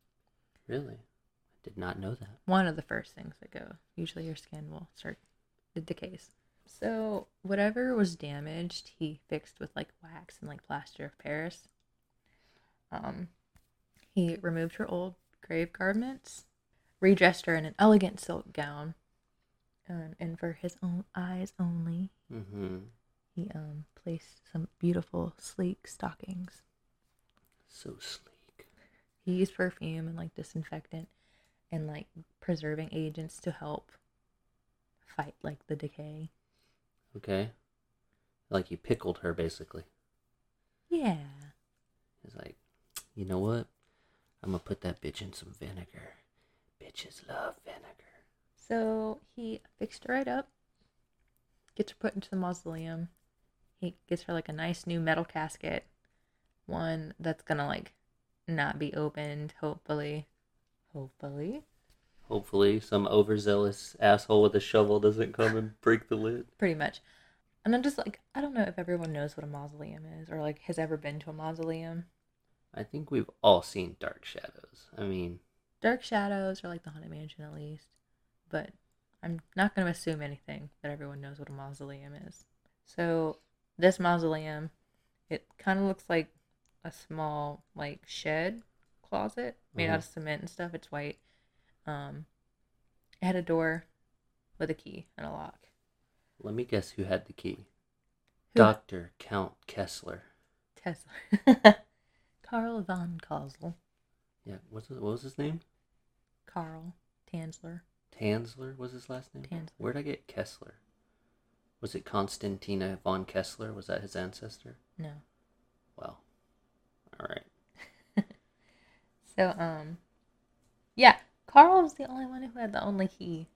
S2: Really? I did not know that.
S1: One of the first things that go. Usually your skin will start it decays. So whatever was damaged, he fixed with like wax and like plaster of Paris. Um, he removed her old grave garments, redressed her in an elegant silk gown, um, and for his own eyes only,
S2: Mm-hmm.
S1: he um placed some beautiful sleek stockings.
S2: So sleek.
S1: He used perfume and like disinfectant and like preserving agents to help fight like the decay.
S2: Okay. Like you pickled her, basically.
S1: Yeah.
S2: It's like, you know what? I'm gonna put that bitch in some vinegar. Bitches love vinegar.
S1: So he fixed her right up, gets her put into the mausoleum. He gets her like a nice new metal casket, one that's gonna like not be opened, hopefully. Hopefully.
S2: Hopefully, some overzealous asshole with a shovel doesn't come and break the lid.
S1: Pretty much. And I'm just like, I don't know if everyone knows what a mausoleum is or like has ever been to a mausoleum.
S2: I think we've all seen Dark Shadows. I mean,
S1: Dark Shadows or like the Haunted Mansion at least. But I'm not going to assume anything that everyone knows what a mausoleum is. So this mausoleum, it kind of looks like a small like shed closet made out of cement and stuff. It's white. Um, it had a door with a key and a lock.
S2: let me guess who had the key.
S1: Who-
S2: Dr. Count Kessler.
S1: Tesla. Carl von Kausel.
S2: Yeah, what's his, what was his name?
S1: Carl Tansler.
S2: Tansler was his last name?
S1: Tansler.
S2: Where'd I get Kessler? Was it Constantina von Kessler? Was that his ancestor?
S1: No.
S2: Well, all right.
S1: So um, yeah, Carl was the only one who had the only key.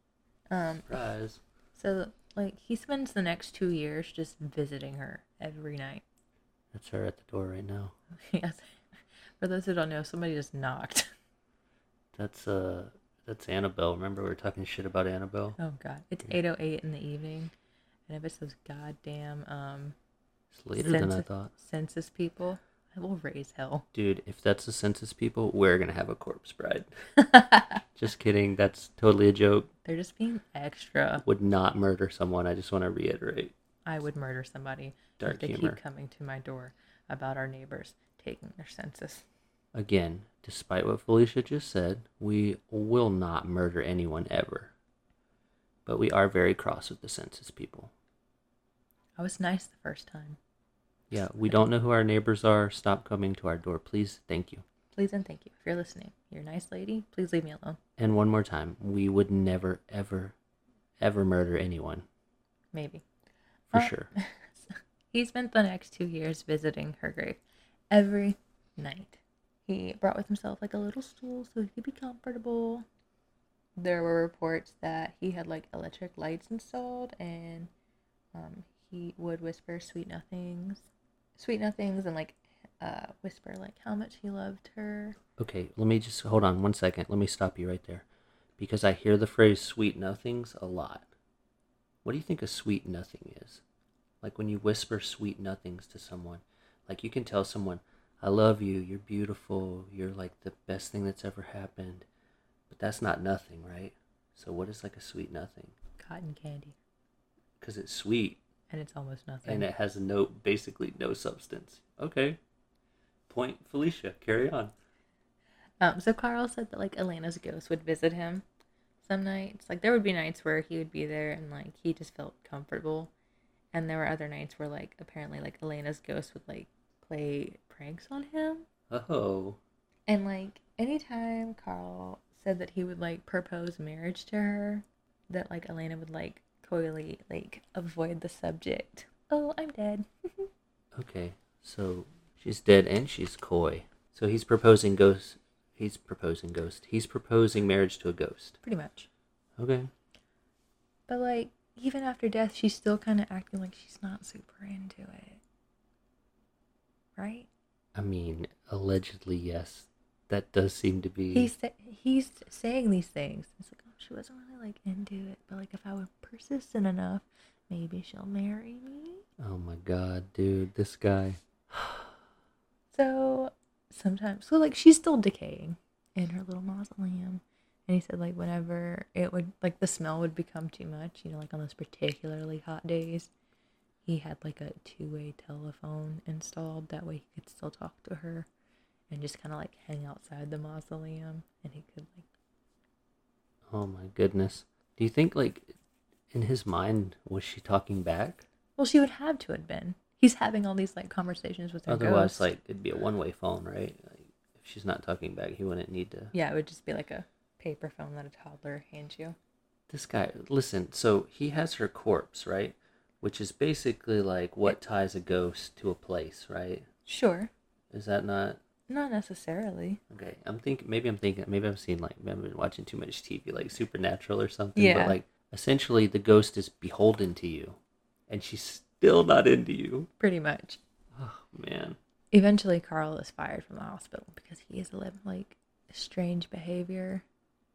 S1: Um,
S2: Surprise.
S1: so like he spends the next two years just visiting her every night.
S2: That's her at the door right now.
S1: yes. For those who don't know, somebody just knocked.
S2: That's uh, that's Annabelle. Remember we were talking shit about Annabelle?
S1: Oh god, it's eight oh eight in the evening, and if it's those goddamn um
S2: It's later than I
S1: census-
S2: thought.
S1: census people, I will raise hell.
S2: Dude, if that's the census people, we're gonna have a corpse bride. Just kidding. That's totally a joke.
S1: They're just being extra.
S2: Would not murder someone. I just want to reiterate.
S1: I would murder somebody
S2: Dark
S1: if they
S2: humor.
S1: keep coming to my door about our neighbors taking their census.
S2: Again, despite what Felicia just said, we will not murder anyone ever. But we are very cross with the census people.
S1: I was nice the first time.
S2: Yeah, we don't know who our neighbors are. Stop coming to our door, please. Thank you.
S1: Please and thank you. If you're listening, you're a nice lady. Please leave me alone.
S2: And one more time, we would never, ever, ever murder anyone
S1: Maybe.
S2: for
S1: Uh,
S2: sure.
S1: He spent the next two years visiting her grave every night. He brought with himself like a little stool so he could be comfortable. There were reports that he had like electric lights installed and um, he would whisper sweet nothings, sweet nothings, and like uh, whisper like how much he loved her.
S2: Okay, let me just hold on one second. Let me stop you right there, because I hear the phrase "sweet nothings" a lot. What do you think a sweet nothing is? Like when you whisper sweet nothings to someone, like you can tell someone, "I love you. You're beautiful. You're like the best thing that's ever happened," but that's not nothing, right? So what is like a sweet nothing?
S1: Cotton candy.
S2: Because it's sweet,
S1: And it's almost nothing.
S2: and it has no basically no substance. Okay. Point Felicia, carry on.
S1: Um, so Carl said that like Elena's ghost would visit him some nights. Like there would be nights where he would be there and like he just felt comfortable, and there were other nights where like apparently like Elena's ghost would like play pranks on him.
S2: Oh,
S1: And like anytime Carl said that he would like propose marriage to her, that like Elena would like coyly like avoid the subject. Oh, I'm dead.
S2: okay. So she's dead and she's coy. So he's proposing ghost. He's proposing ghost. He's proposing marriage to a ghost.
S1: Pretty much.
S2: Okay.
S1: But like even after death, she's still kind of acting like she's not super into it. Right?
S2: I mean, allegedly yes. that does seem to be
S1: He's sa- he's saying these things. It's like oh, she wasn't really like into it, but like if I were persistent enough, maybe she'll marry me.
S2: oh my god dude this guy
S1: So sometimes, so like she's still decaying in her little mausoleum. And he said like whenever it would like the smell would become too much, you know, like on those particularly hot days, he had like a two-way telephone installed. That way he could still talk to her, and just kind of like hang outside the mausoleum, and he could like
S2: oh my goodness do you think like in his mind was she talking back
S1: Well, she would have to have been. He's having all these like conversations with her
S2: otherwise
S1: ghost.
S2: like it'd be a one-way phone right like, if she's not talking back he wouldn't need to
S1: yeah, it would just be like a paper phone that a toddler hands you.
S2: this guy listen so he has her corpse right which is basically like what ties a ghost to a place right
S1: Sure,
S2: is that not
S1: not necessarily.
S2: Okay, I'm thinking. Maybe I'm thinking. Maybe I've seen like. Maybe I've been watching too much TV, like Supernatural or something.
S1: Yeah.
S2: But like, essentially, the ghost is beholden to you, and she's still not into you.
S1: Pretty much.
S2: Oh man.
S1: Eventually, Carl is fired from the hospital because he is living like strange behavior.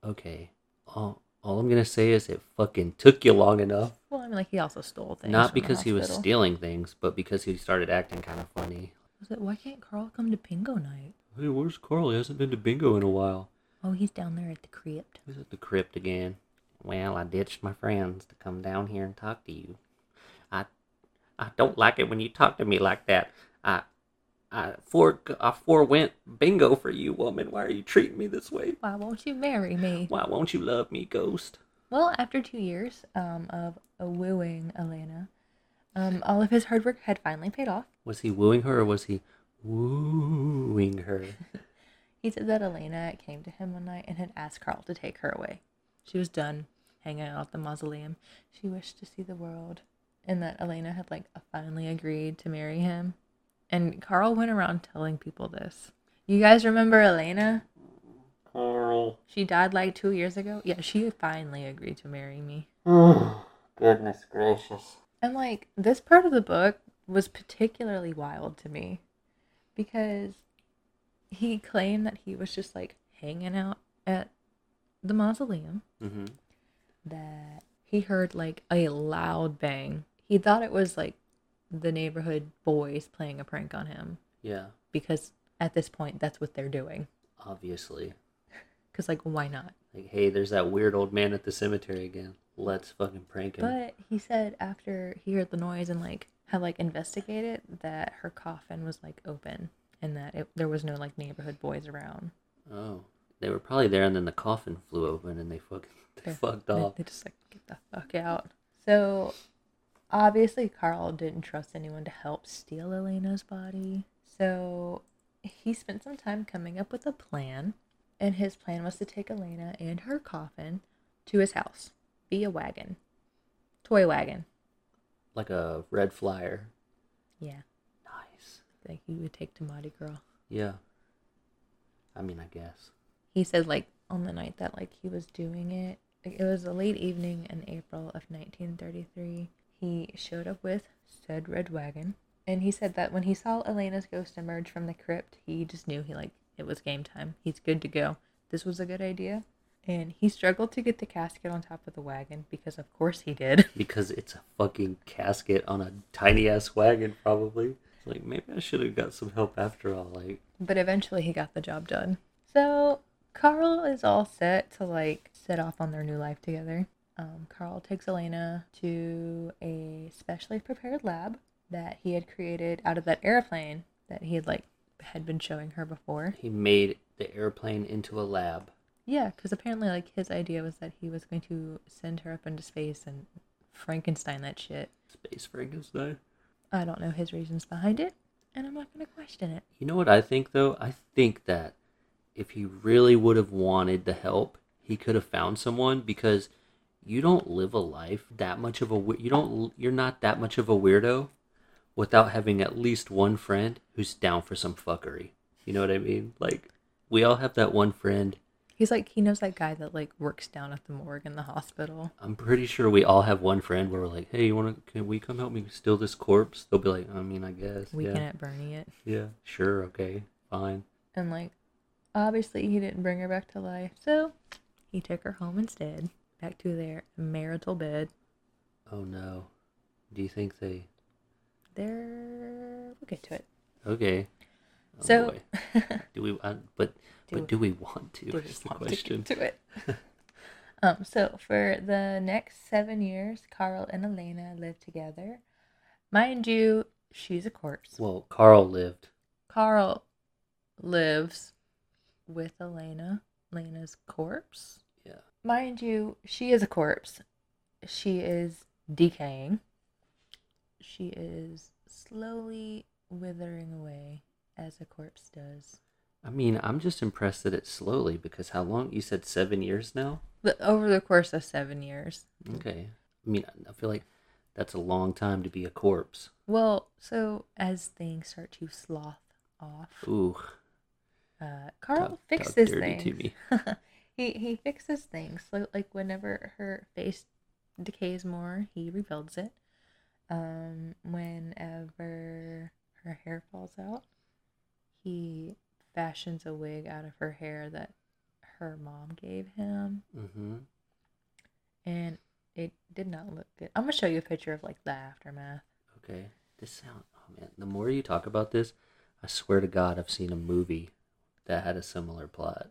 S2: Okay. All all I'm gonna say is it fucking took you long enough.
S1: Well, I mean, like he also stole things.
S2: Not
S1: from the
S2: because he was
S1: hospital.
S2: stealing things, but because he started acting kind of funny.
S1: Was it, why can't Carl come to bingo night?
S2: Hey, where's Carl? He hasn't been to bingo in a while.
S1: Oh, he's down there at the crypt.
S2: He's at the crypt again. Well, I ditched my friends to come down here and talk to you. I I don't like it when you talk to me like that. I I fore I forewent bingo for you, woman. Why are you treating me this way?
S1: Why won't you marry me?
S2: Why won't you love me, ghost?
S1: Well, after two years um, of wooing Elena, um, all of his hard work had finally paid off.
S2: Was he wooing her or was he wooing her?
S1: He said that Elena came to him one night and had asked Carl to take her away. She was done hanging out at the mausoleum. She wished to see the world, and that Elena had like finally agreed to marry him. And Carl went around telling people this. You guys remember Elena?
S2: Carl.
S1: She died like two years ago. Yeah, she finally agreed to marry me.
S2: Goodness gracious.
S1: And like this part of the book was particularly wild to me because he claimed that he was just like hanging out at the mausoleum
S2: Mm-hmm.
S1: that he heard like a loud bang. He thought it was like the neighborhood boys playing a prank on him
S2: Yeah,
S1: because at this point that's what they're doing.
S2: obviously.
S1: Cause like why not?
S2: Like, hey, there's that weird old man at the cemetery again. Let's fucking prank him.
S1: But he said after he heard the noise and like had like investigated that her coffin was like open and that it, there was no like neighborhood boys around.
S2: Oh, they were probably there, and then the coffin flew open, and they fucking they
S1: They're-
S2: fucked
S1: They-
S2: off.
S1: They just like get the fuck out. So obviously Carl didn't trust anyone to help steal Elena's body. So he spent some time coming up with a plan, and his plan was to take Elena and her coffin to his house via wagon, toy wagon.
S2: Like a red flyer.
S1: Yeah,
S2: Nice.
S1: like he would take to Mardi Gras.
S2: Yeah. I mean, I guess.
S1: he said like on the night that like he was doing it like, it was a late evening in april of 1933 he showed up with said red wagon and he said that when he saw elena's ghost emerge from the crypt he just knew he like it was game time he's good to go this was a good idea and he struggled to get the casket on top of the wagon because of course he did
S2: Because it's a fucking casket on a tiny ass wagon, probably. It's like, maybe I should have got some help after all. Like,
S1: but eventually he got the job done so carl is all set to like set off on their new life together um, carl takes elena to a specially prepared lab that he had created out of that airplane that he had like had been showing her before
S2: he made the airplane into a lab.
S1: yeah because apparently like his idea was that he was going to send her up into space and frankenstein that shit
S2: Space Frankenstein.
S1: i don't know his reasons behind it and i'm not going to question it
S2: You know what I think, though? I think that if he really would have wanted the help, he could have found someone because you don't live a life that much of a we- you don't you're not that much of a weirdo without having at least one friend who's down for some fuckery. You know what I mean? Like we all have that one friend.
S1: he's like he knows that guy that like works down at the morgue in the hospital
S2: I'm pretty sure we all have one friend where we're like, "Hey, you want to can we come help me steal this corpse?" They'll be like, "I mean, I guess."
S1: weekend
S2: yeah.
S1: at bernie it
S2: Yeah. Sure, okay. Fine.
S1: and like Obviously, he didn't bring her back to life, so he took her home instead, back to their marital bed.
S2: Oh no. Do you think they?
S1: There, we'll get to it.
S2: Okay. Oh,
S1: so,
S2: boy. do we? I, but
S1: Do
S2: but do we want to?
S1: do we
S2: is the
S1: want to get
S2: question.
S1: to it. um, so for the next seven years, Carl and Elena lived together. Mind you, she's a corpse.
S2: Well, Carl lived.
S1: Carl lives with Elena, Elena's corpse.
S2: Yeah.
S1: Mind you, she is a corpse. She is decaying. She is slowly withering away as a corpse does.
S2: I mean, I'm just impressed that it's slowly because how long? You said seven years now.
S1: But over the course of seven years,
S2: Okay. I mean, I feel like that's a long time to be a corpse.
S1: Well, so as things start to sloth off,
S2: Ooh.
S1: uh, Carl
S2: Talk- talk
S1: fixes
S2: dirty to
S1: things.
S2: me.
S1: he he fixes things. So like whenever her face decays more, he rebuilds it. Um, whenever her hair falls out, he fashions a wig out of her hair that her mom gave him,
S2: Mm-hmm.
S1: and it did not look good. I'm gonna show you a picture of like the aftermath.
S2: Okay. This sound. Oh man. The more you talk about this, I swear to God, I've seen a movie that had a similar plot.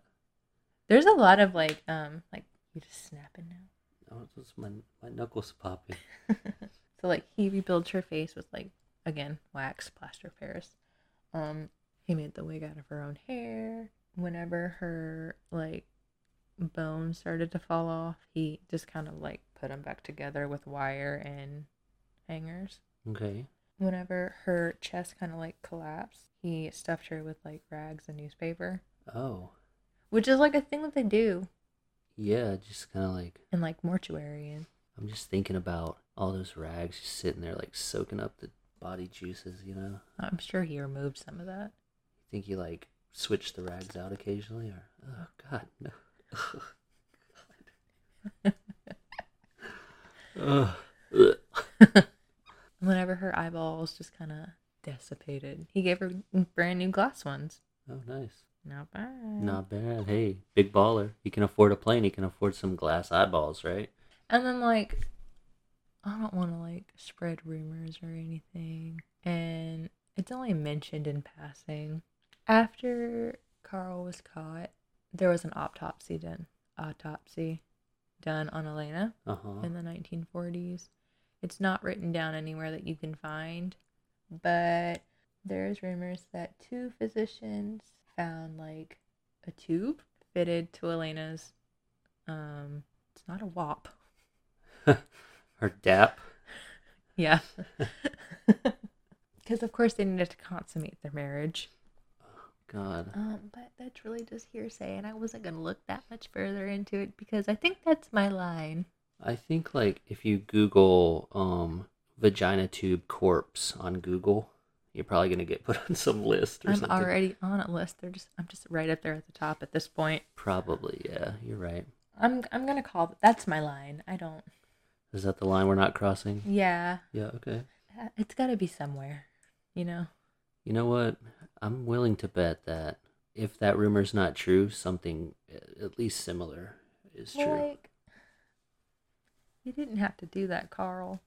S1: There's a lot of like um like you just snapping now.
S2: Oh, it's just my my knuckles popping.
S1: so like he rebuilds her face with like again wax plaster of paris um he made the wig out of her own hair whenever her like bones started to fall off he just kind of like put them back together with wire and hangers
S2: Okay.
S1: whenever her chest kind of like collapsed he stuffed her with like rags and newspaper
S2: Oh.
S1: which is like a thing that they do
S2: Yeah. Just kind of like
S1: in like mortuary and
S2: I'm just thinking about all those rags just sitting there like soaking up the body juices. You know.
S1: i'm sure he removed some of that
S2: You think you like switch the rags out occasionally, or oh God, no. Ugh. God. Ugh. Ugh.
S1: whenever her eyeballs just kind of dissipated. He gave her brand new glass ones.
S2: Oh, nice.
S1: Not bad.
S2: Not bad. Hey, big baller. He can afford a plane. He can afford some glass eyeballs, right?
S1: And then like, I don't want to like spread rumors or anything, and it's only mentioned in passing. After Carl was caught, there was an autopsy done. Autopsy done on Elena
S2: Uh huh.
S1: in the 1940s. It's not written down anywhere that you can find, but there's rumors that two physicians found like a tube fitted to Elena's um it's not a wop.
S2: Her dap.
S1: Yeah. Cuz of course they needed to consummate their marriage.
S2: God.
S1: Um but that's really just hearsay and I wasn't going to look that much further into it because I think that's my line.
S2: I think like if you Google um vagina tube corpse on Google, you're probably gonna get put on some list or
S1: I'm
S2: something.
S1: already on a list. They're just I'm just right up there at the top at this point.
S2: Probably. Yeah. You're right.
S1: I'm I'm gonna call. That's my line. I don't.
S2: Is that the line we're not crossing?
S1: Yeah,
S2: Yeah. Okay.
S1: uh, it's gotta be somewhere, you know.
S2: You know what? I'm willing to bet that if that rumor's not true, something a- at least similar is true.
S1: Like, you didn't have to do that, Carl.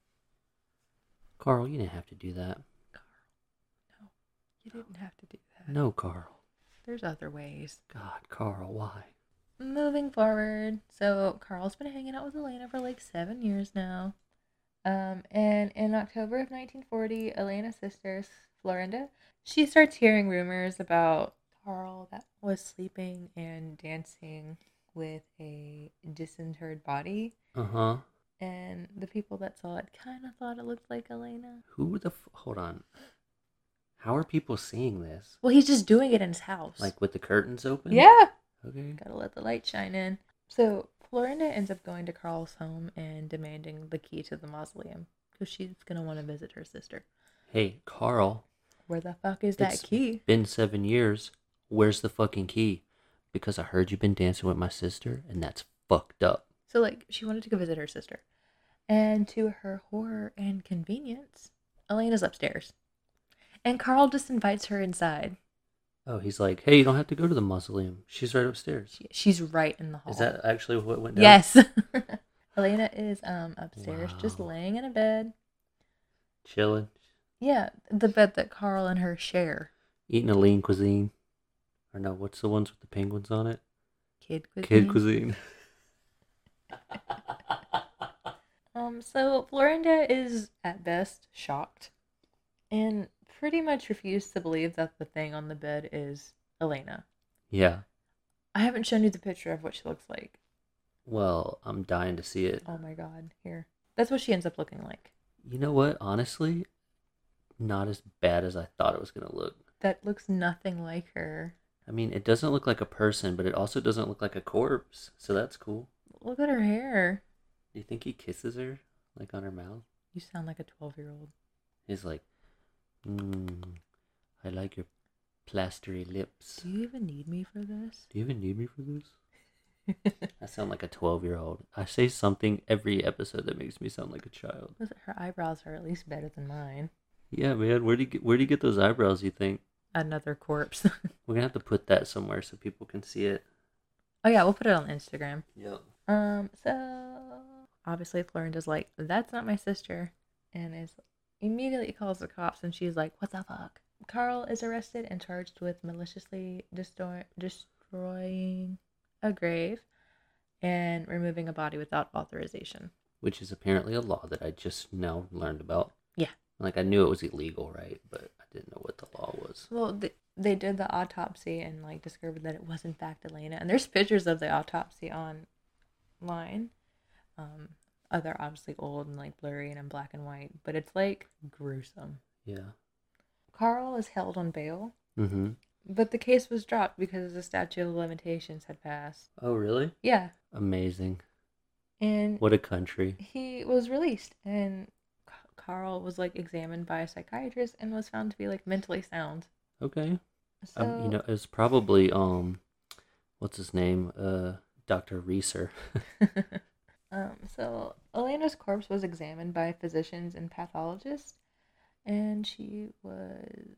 S2: Carl, you didn't have to do that.
S1: You didn't have to do that.
S2: No, Carl.
S1: There's other ways.
S2: God, Carl, why?
S1: Moving forward, so Carl's been hanging out with Elena for like seven years now. Um, and in October of 1940, Elena's sister, Florinda, she starts hearing rumors about Carl that was sleeping and dancing with a disinterred body.
S2: Uh huh.
S1: And the people that saw it kind of thought it looked like Elena.
S2: Who the f- hold on? How are people seeing this?
S1: Well, he's just doing it in his house.
S2: Like with the curtains open?
S1: yeah.
S2: Okay.
S1: Gotta let the light shine in. So Florinda ends up going to Carl's home and demanding the key to the mausoleum because she's gonna want to visit her sister.
S2: Hey, Carl.
S1: Where the fuck is that
S2: it's
S1: key?
S2: Been seven years. Where's the fucking key? Because I heard you've been dancing with my sister, and that's fucked up.
S1: So like she wanted to go visit her sister, and to her horror and convenience, Elena's upstairs, and Carl just invites her inside.
S2: Oh, he's like, hey, you don't have to go to the mausoleum. She's right upstairs.
S1: She- She's right in the hall.
S2: Is that actually what went down?
S1: Oh. Yes. Elena is um upstairs just
S2: Wow.
S1: laying in a bed.
S2: Chilling,
S1: Yeah, the bed that Carl and her share.
S2: eating a lean cuisine. Or no, what's the ones with the penguins on it?
S1: Kid cuisine.
S2: Kid cuisine.
S1: Um so Florinda is at best shocked and pretty much refused to believe that the thing on the bed is Elena.
S2: yeah.
S1: I haven't shown you the picture of what she looks like.
S2: Well, I'm dying to see it.
S1: Oh my god, here. That's what she ends up looking like.
S2: You know what? Honestly, not as bad as I thought it was going to look.
S1: That looks nothing like her.
S2: I mean, it doesn't look like a person, but it also doesn't look like a corpse. So that's cool.
S1: Look at her hair.
S2: Do you think he kisses her, like on her mouth?
S1: You sound like a 12-year-old.
S2: He's like, mm, I like your plastery lips.
S1: Do you even need me for this?
S2: Do you even need me for this? I sound like a 12 year old. I say something every episode that makes me sound like a child.
S1: Was it- Her eyebrows are at least better than mine.
S2: Yeah, man. Where do you get, where do you get those eyebrows? You think
S1: Another corpse.
S2: we're gonna have to put that somewhere so people can see it?
S1: oh yeah, we'll put it on Instagram.
S2: Yep.
S1: Um, so obviously Florinda's like, "That's not my sister," and is immediately calls the cops, and she's like, "What the fuck?" Carl is arrested and charged with maliciously destroy- destroying a grave and removing a body without authorization.
S2: Which is apparently a law that I just now learned about.
S1: Yeah.
S2: Like I knew it was illegal, right? But I didn't know what the law was.
S1: Well, th- they did the autopsy and like discovered that it was in fact Elena. And there's pictures of the autopsy online. Um, oh, they're obviously old and like blurry and in black and white, but it's like gruesome.
S2: Yeah.
S1: Carl is held on bail,
S2: Mm-hmm.
S1: but the case was dropped because the statute of limitations had passed.
S2: Oh, really?
S1: Yeah,
S2: Amazing.
S1: and
S2: What a country.
S1: he was released, and C- Carl was like examined by a psychiatrist and was found to be like mentally sound.
S2: Okay.
S1: So
S2: um, you know, it was probably um, what's his name? Uh, Doctor Reeser.
S1: um, so Elena's corpse was examined by physicians and pathologists, and she was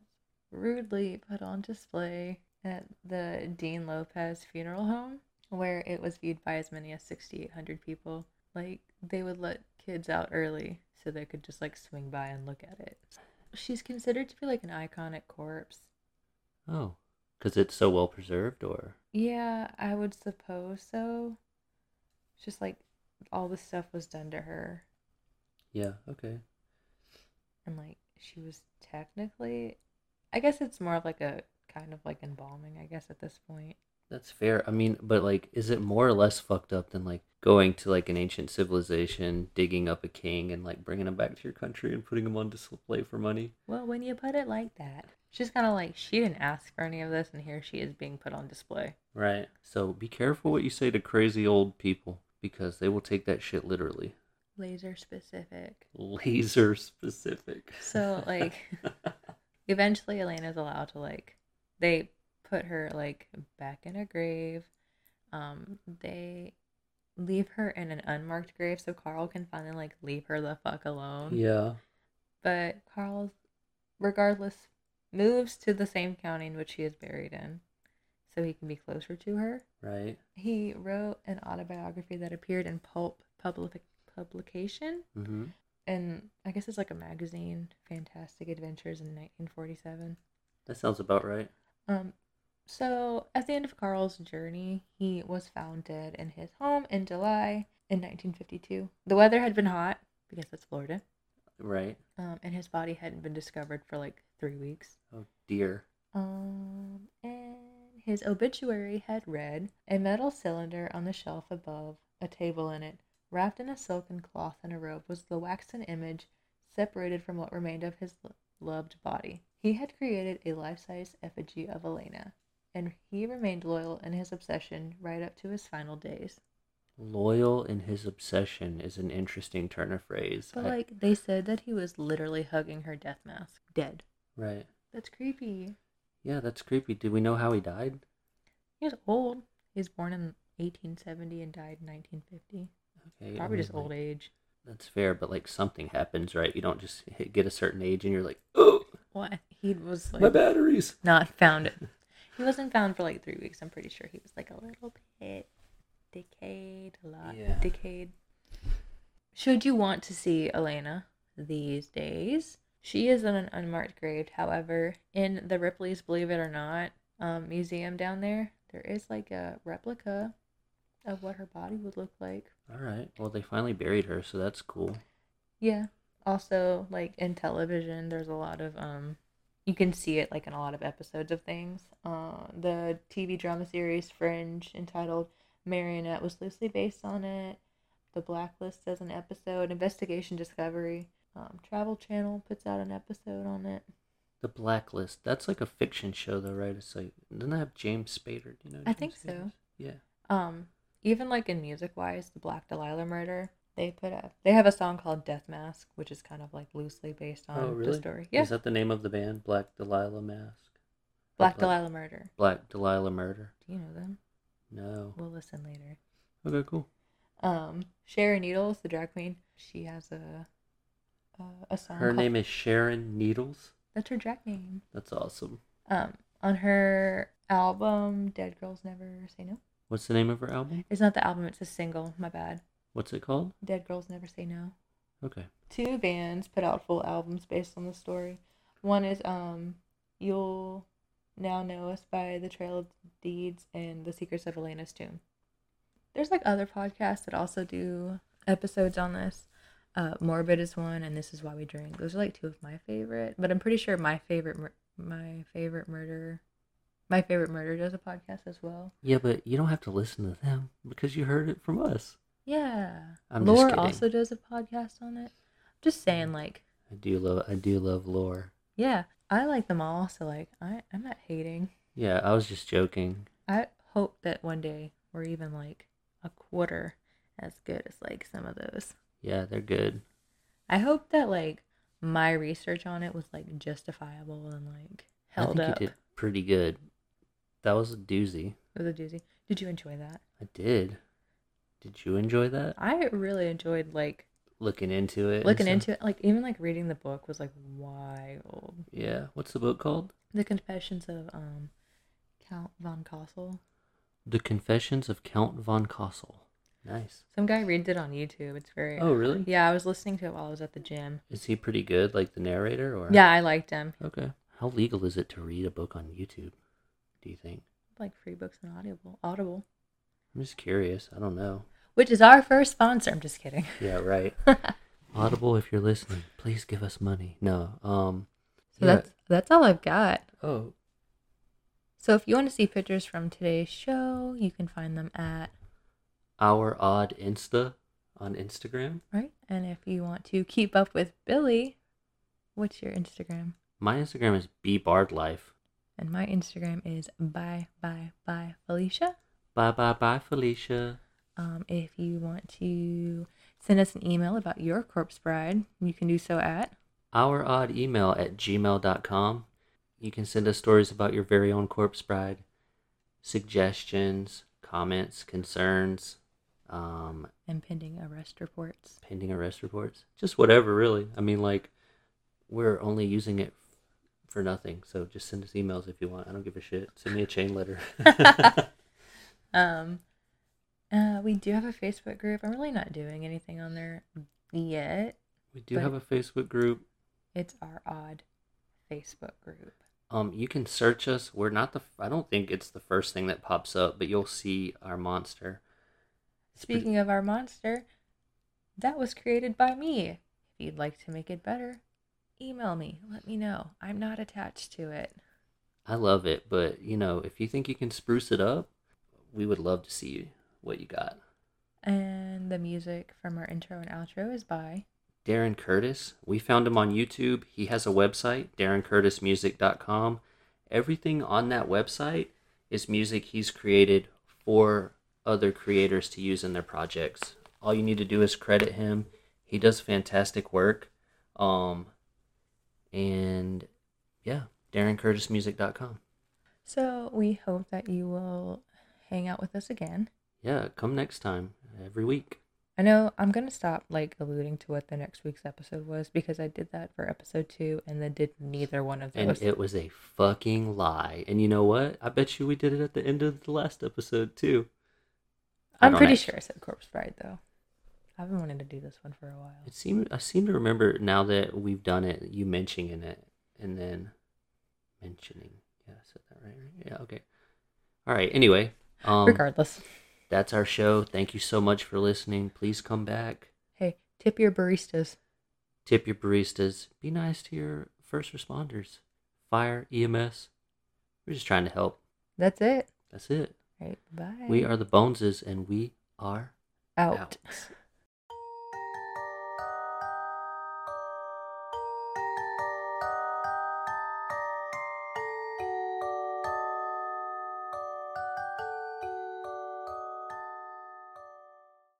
S1: rudely put on display at the Dean Lopez funeral home, where it was viewed by as many as 6,800 people. Like, they would let kids out early so they could just like swing by and look at it. She's considered to be like an iconic corpse.
S2: Oh, because it's so well preserved, or
S1: Yeah, I would suppose so. It's just like all the stuff was done to her,
S2: yeah, okay,
S1: and like she was technically, I guess it's more of like a kind of like embalming, I guess, at this point.
S2: that's fair. I mean, but like, is it more or less fucked up than like going to like an ancient civilization, digging up a king, and like bringing him back to your country and putting him on display for money?
S1: Well, when you put it like that, she's kind of like she didn't ask for any of this, and here she is being put on display.
S2: Right. So be careful what you say to crazy old people because they will take that shit literally,
S1: Laser specific.
S2: laser specific.
S1: So, like, Eventually, Elena's allowed to like they put her like back in a grave. Um, they leave her in an unmarked grave so Carl can finally like leave her the fuck alone.
S2: yeah.
S1: But Carl, regardless, moves to the same county in which she is buried in, so he can be closer to her.
S2: Right.
S1: He wrote an autobiography that appeared in Pulp public publication,
S2: Mm-hmm.
S1: and I guess it's like a magazine, Fantastic Adventures in 1947.
S2: That sounds about right.
S1: Um, so at the end of Carl's journey, he was found dead in his home in July in 1952. The weather had been hot because it's Florida,
S2: Right.
S1: um, and his body hadn't been discovered for like three weeks.
S2: Oh dear.
S1: Um, and his obituary had read a metal cylinder on the shelf above, a table in it, wrapped in a silken cloth and a robe, was the waxen image separated from what remained of his lo- loved body. He had created a life size effigy of Elena, and he remained loyal in his obsession right up to his final days.
S2: Loyal in his obsession is an interesting turn of phrase.
S1: But,
S2: I-
S1: like, they said that he was literally hugging her death mask, dead.
S2: right.
S1: That's creepy.
S2: Yeah, that's creepy. Do we know how he died?
S1: He was old. He was born in 1870 and died in 1950.
S2: Okay. I
S1: Probably
S2: mean,
S1: just old
S2: like,
S1: age.
S2: That's fair, but like something happens, right? You don't just hit, get a certain age and you're like, oh,
S1: What he was
S2: my
S1: like
S2: batteries.
S1: not found it. He wasn't found for like three weeks. I'm pretty sure he was like a little bit decayed, a lot
S2: Yeah.
S1: decayed. Should you want to see Elena these days? She is in an unmarked grave. However, in the Ripley's Believe It or Not um, museum down there, there is like a replica of what her body would look like.
S2: All right. Well, they finally buried her, so that's cool.
S1: Yeah. Also, like in television, there's a lot of um, you can see it like in a lot of episodes of things. Uh, the TV drama series Fringe, entitled Marionette, was loosely based on it. The Blacklist does an episode. Investigation Discovery, um, Travel Channel puts out an episode on it.
S2: The Blacklist. That's like a fiction show, though, right? It's like doesn't that have James Spader? Do you know?
S1: I
S2: James
S1: think so.
S2: Spader? Yeah.
S1: Um, even like in music wise, the Black Delilah murder, they put up they have a song called Death Mask, which is kind of like loosely based on
S2: oh, really?
S1: the story. Yeah,
S2: Is that the name of the band? Black Delilah Mask.
S1: Black
S2: Delilah.
S1: Delilah murder.
S2: Black Delilah Murder.
S1: Do you know them?
S2: No.
S1: We'll listen later.
S2: Okay, cool.
S1: Um, Sharon Needles, the drag queen, she has a a, a song.
S2: Her
S1: called-
S2: name is Sharon Needles.
S1: That's her drag name.
S2: That's awesome.
S1: Um, on her album, Dead Girls Never Say No.
S2: What's the name of her album?
S1: It's not the album; it's a single. My bad.
S2: What's it called?
S1: Dead Girls Never Say No.
S2: Okay.
S1: Two bands put out full albums based on the story. One is um, you'll now know us by the Trail of Deeds and the Secrets of Elena's Tomb. There's like other podcasts that also do episodes on this. Uh, Morbid is one, and This Is Why We Drink. Those are like two of my favorite, but I'm pretty sure my favorite, mur- my favorite murder, my favorite murder does a podcast as well.
S2: Yeah, but you don't have to listen to them because you heard it from us.
S1: Yeah,
S2: I'm just
S1: Laura
S2: kidding.
S1: also does a podcast on it. just saying, like
S2: I do love I do love lore.
S1: Yeah, I like them all. So like, I I'm not hating.
S2: Yeah, I was just joking.
S1: I hope that one day we're even like a quarter as good as like some of those.
S2: Yeah, they're good.
S1: I hope that like my research on it was like justifiable and like held
S2: I think
S1: up.
S2: you did pretty good. That was a doozy.
S1: It was a doozy. Did you enjoy that?
S2: I did. Did you enjoy that?
S1: I really enjoyed like
S2: Looking into it. uh, and
S1: looking
S2: stuff?
S1: into it. Like even like reading the book was like wild.
S2: Yeah. What's the book called?
S1: The Confessions of um Count von Kossel.
S2: The Confessions of Count von Kossel. Nice.
S1: Some guy reads it on YouTube. It's very
S2: Oh, really?
S1: yeah. I was listening to it while I was at the gym.
S2: Is he pretty good, like the narrator, or?
S1: Yeah, I liked him.
S2: Okay. How legal is it to read a book on YouTube? Do you think?
S1: Like free books and Audible, Audible,
S2: I'm just curious. I don't know.
S1: which is our first sponsor. I'm just kidding.
S2: Yeah, right.
S1: so
S2: Audible, if you're listening, please give us money. No. Um. yeah.
S1: that's that's all I've got.
S2: Oh,
S1: So if you want to see pictures from today's show, you can find them at
S2: our odd Insta on Instagram.
S1: right. And if you want to keep up with Billy, what's your Instagram?
S2: My Instagram is bbardlife.
S1: And my Instagram is bye bye bye Felicia.
S2: Bye bye bye Felicia.
S1: Um, if you want to send us an email about your corpse bride, you can do so at
S2: Our odd email at gmail.com. You can send us stories about your very own corpse bride, suggestions, comments, concerns, um,
S1: and pending arrest reports.
S2: pending arrest reports, just whatever, really. I mean, like, we're only using it for nothing. So just send us emails if you want. I don't give a shit. Send me a chain letter.
S1: Um, uh, we do have a Facebook group. I'm really not doing anything on there yet.
S2: we do
S1: But-
S2: have a Facebook group.
S1: It's our odd Facebook group.
S2: Um, you can search us. We're not the. I don't think it's the first thing that pops up, but you'll see our monster. It's pretty-
S1: Speaking of our monster, that was created by me. If you'd like to make it better, email me. Let me know. I'm not attached to it.
S2: I love it, but you know, if you think you can spruce it up, we would love to see what you got.
S1: And the music from our intro and outro is by.
S2: Darren Curtis. We found him on YouTube. He has a website, darrencurtismusic.com. Everything on that website is music he's created for other creators to use in their projects. All you need to do is credit him. He does fantastic work. Um, and yeah, darrencurtismusic.com.
S1: So we hope that you will hang out with us again.
S2: Yeah, come next time every week.
S1: I know I'm gonna stop like alluding to what the next week's episode was because I did that for episode two and then did neither one of
S2: And
S1: those.
S2: it was a fucking lie. And you know what? I bet you we did it at the end of the last episode too. I
S1: I'm
S2: don't
S1: pretty
S2: act-
S1: sure I said corpse bride though. I've been wanting to do this one for a while.
S2: It seemed I seem to remember now that we've done it, you mentioning it and then mentioning. Yeah, I said that right. right? Yeah, okay. All right. Anyway, um,
S1: Regardless,
S2: that's our show. Thank you so much for listening. Please come back.
S1: hey, tip your baristas.
S2: Tip your baristas. Be nice to your first responders. Fire, EMS. We're just trying to help.
S1: That's it.
S2: That's it.
S1: All right, bye.
S2: We are the Boneses, and we are
S1: out.
S2: out.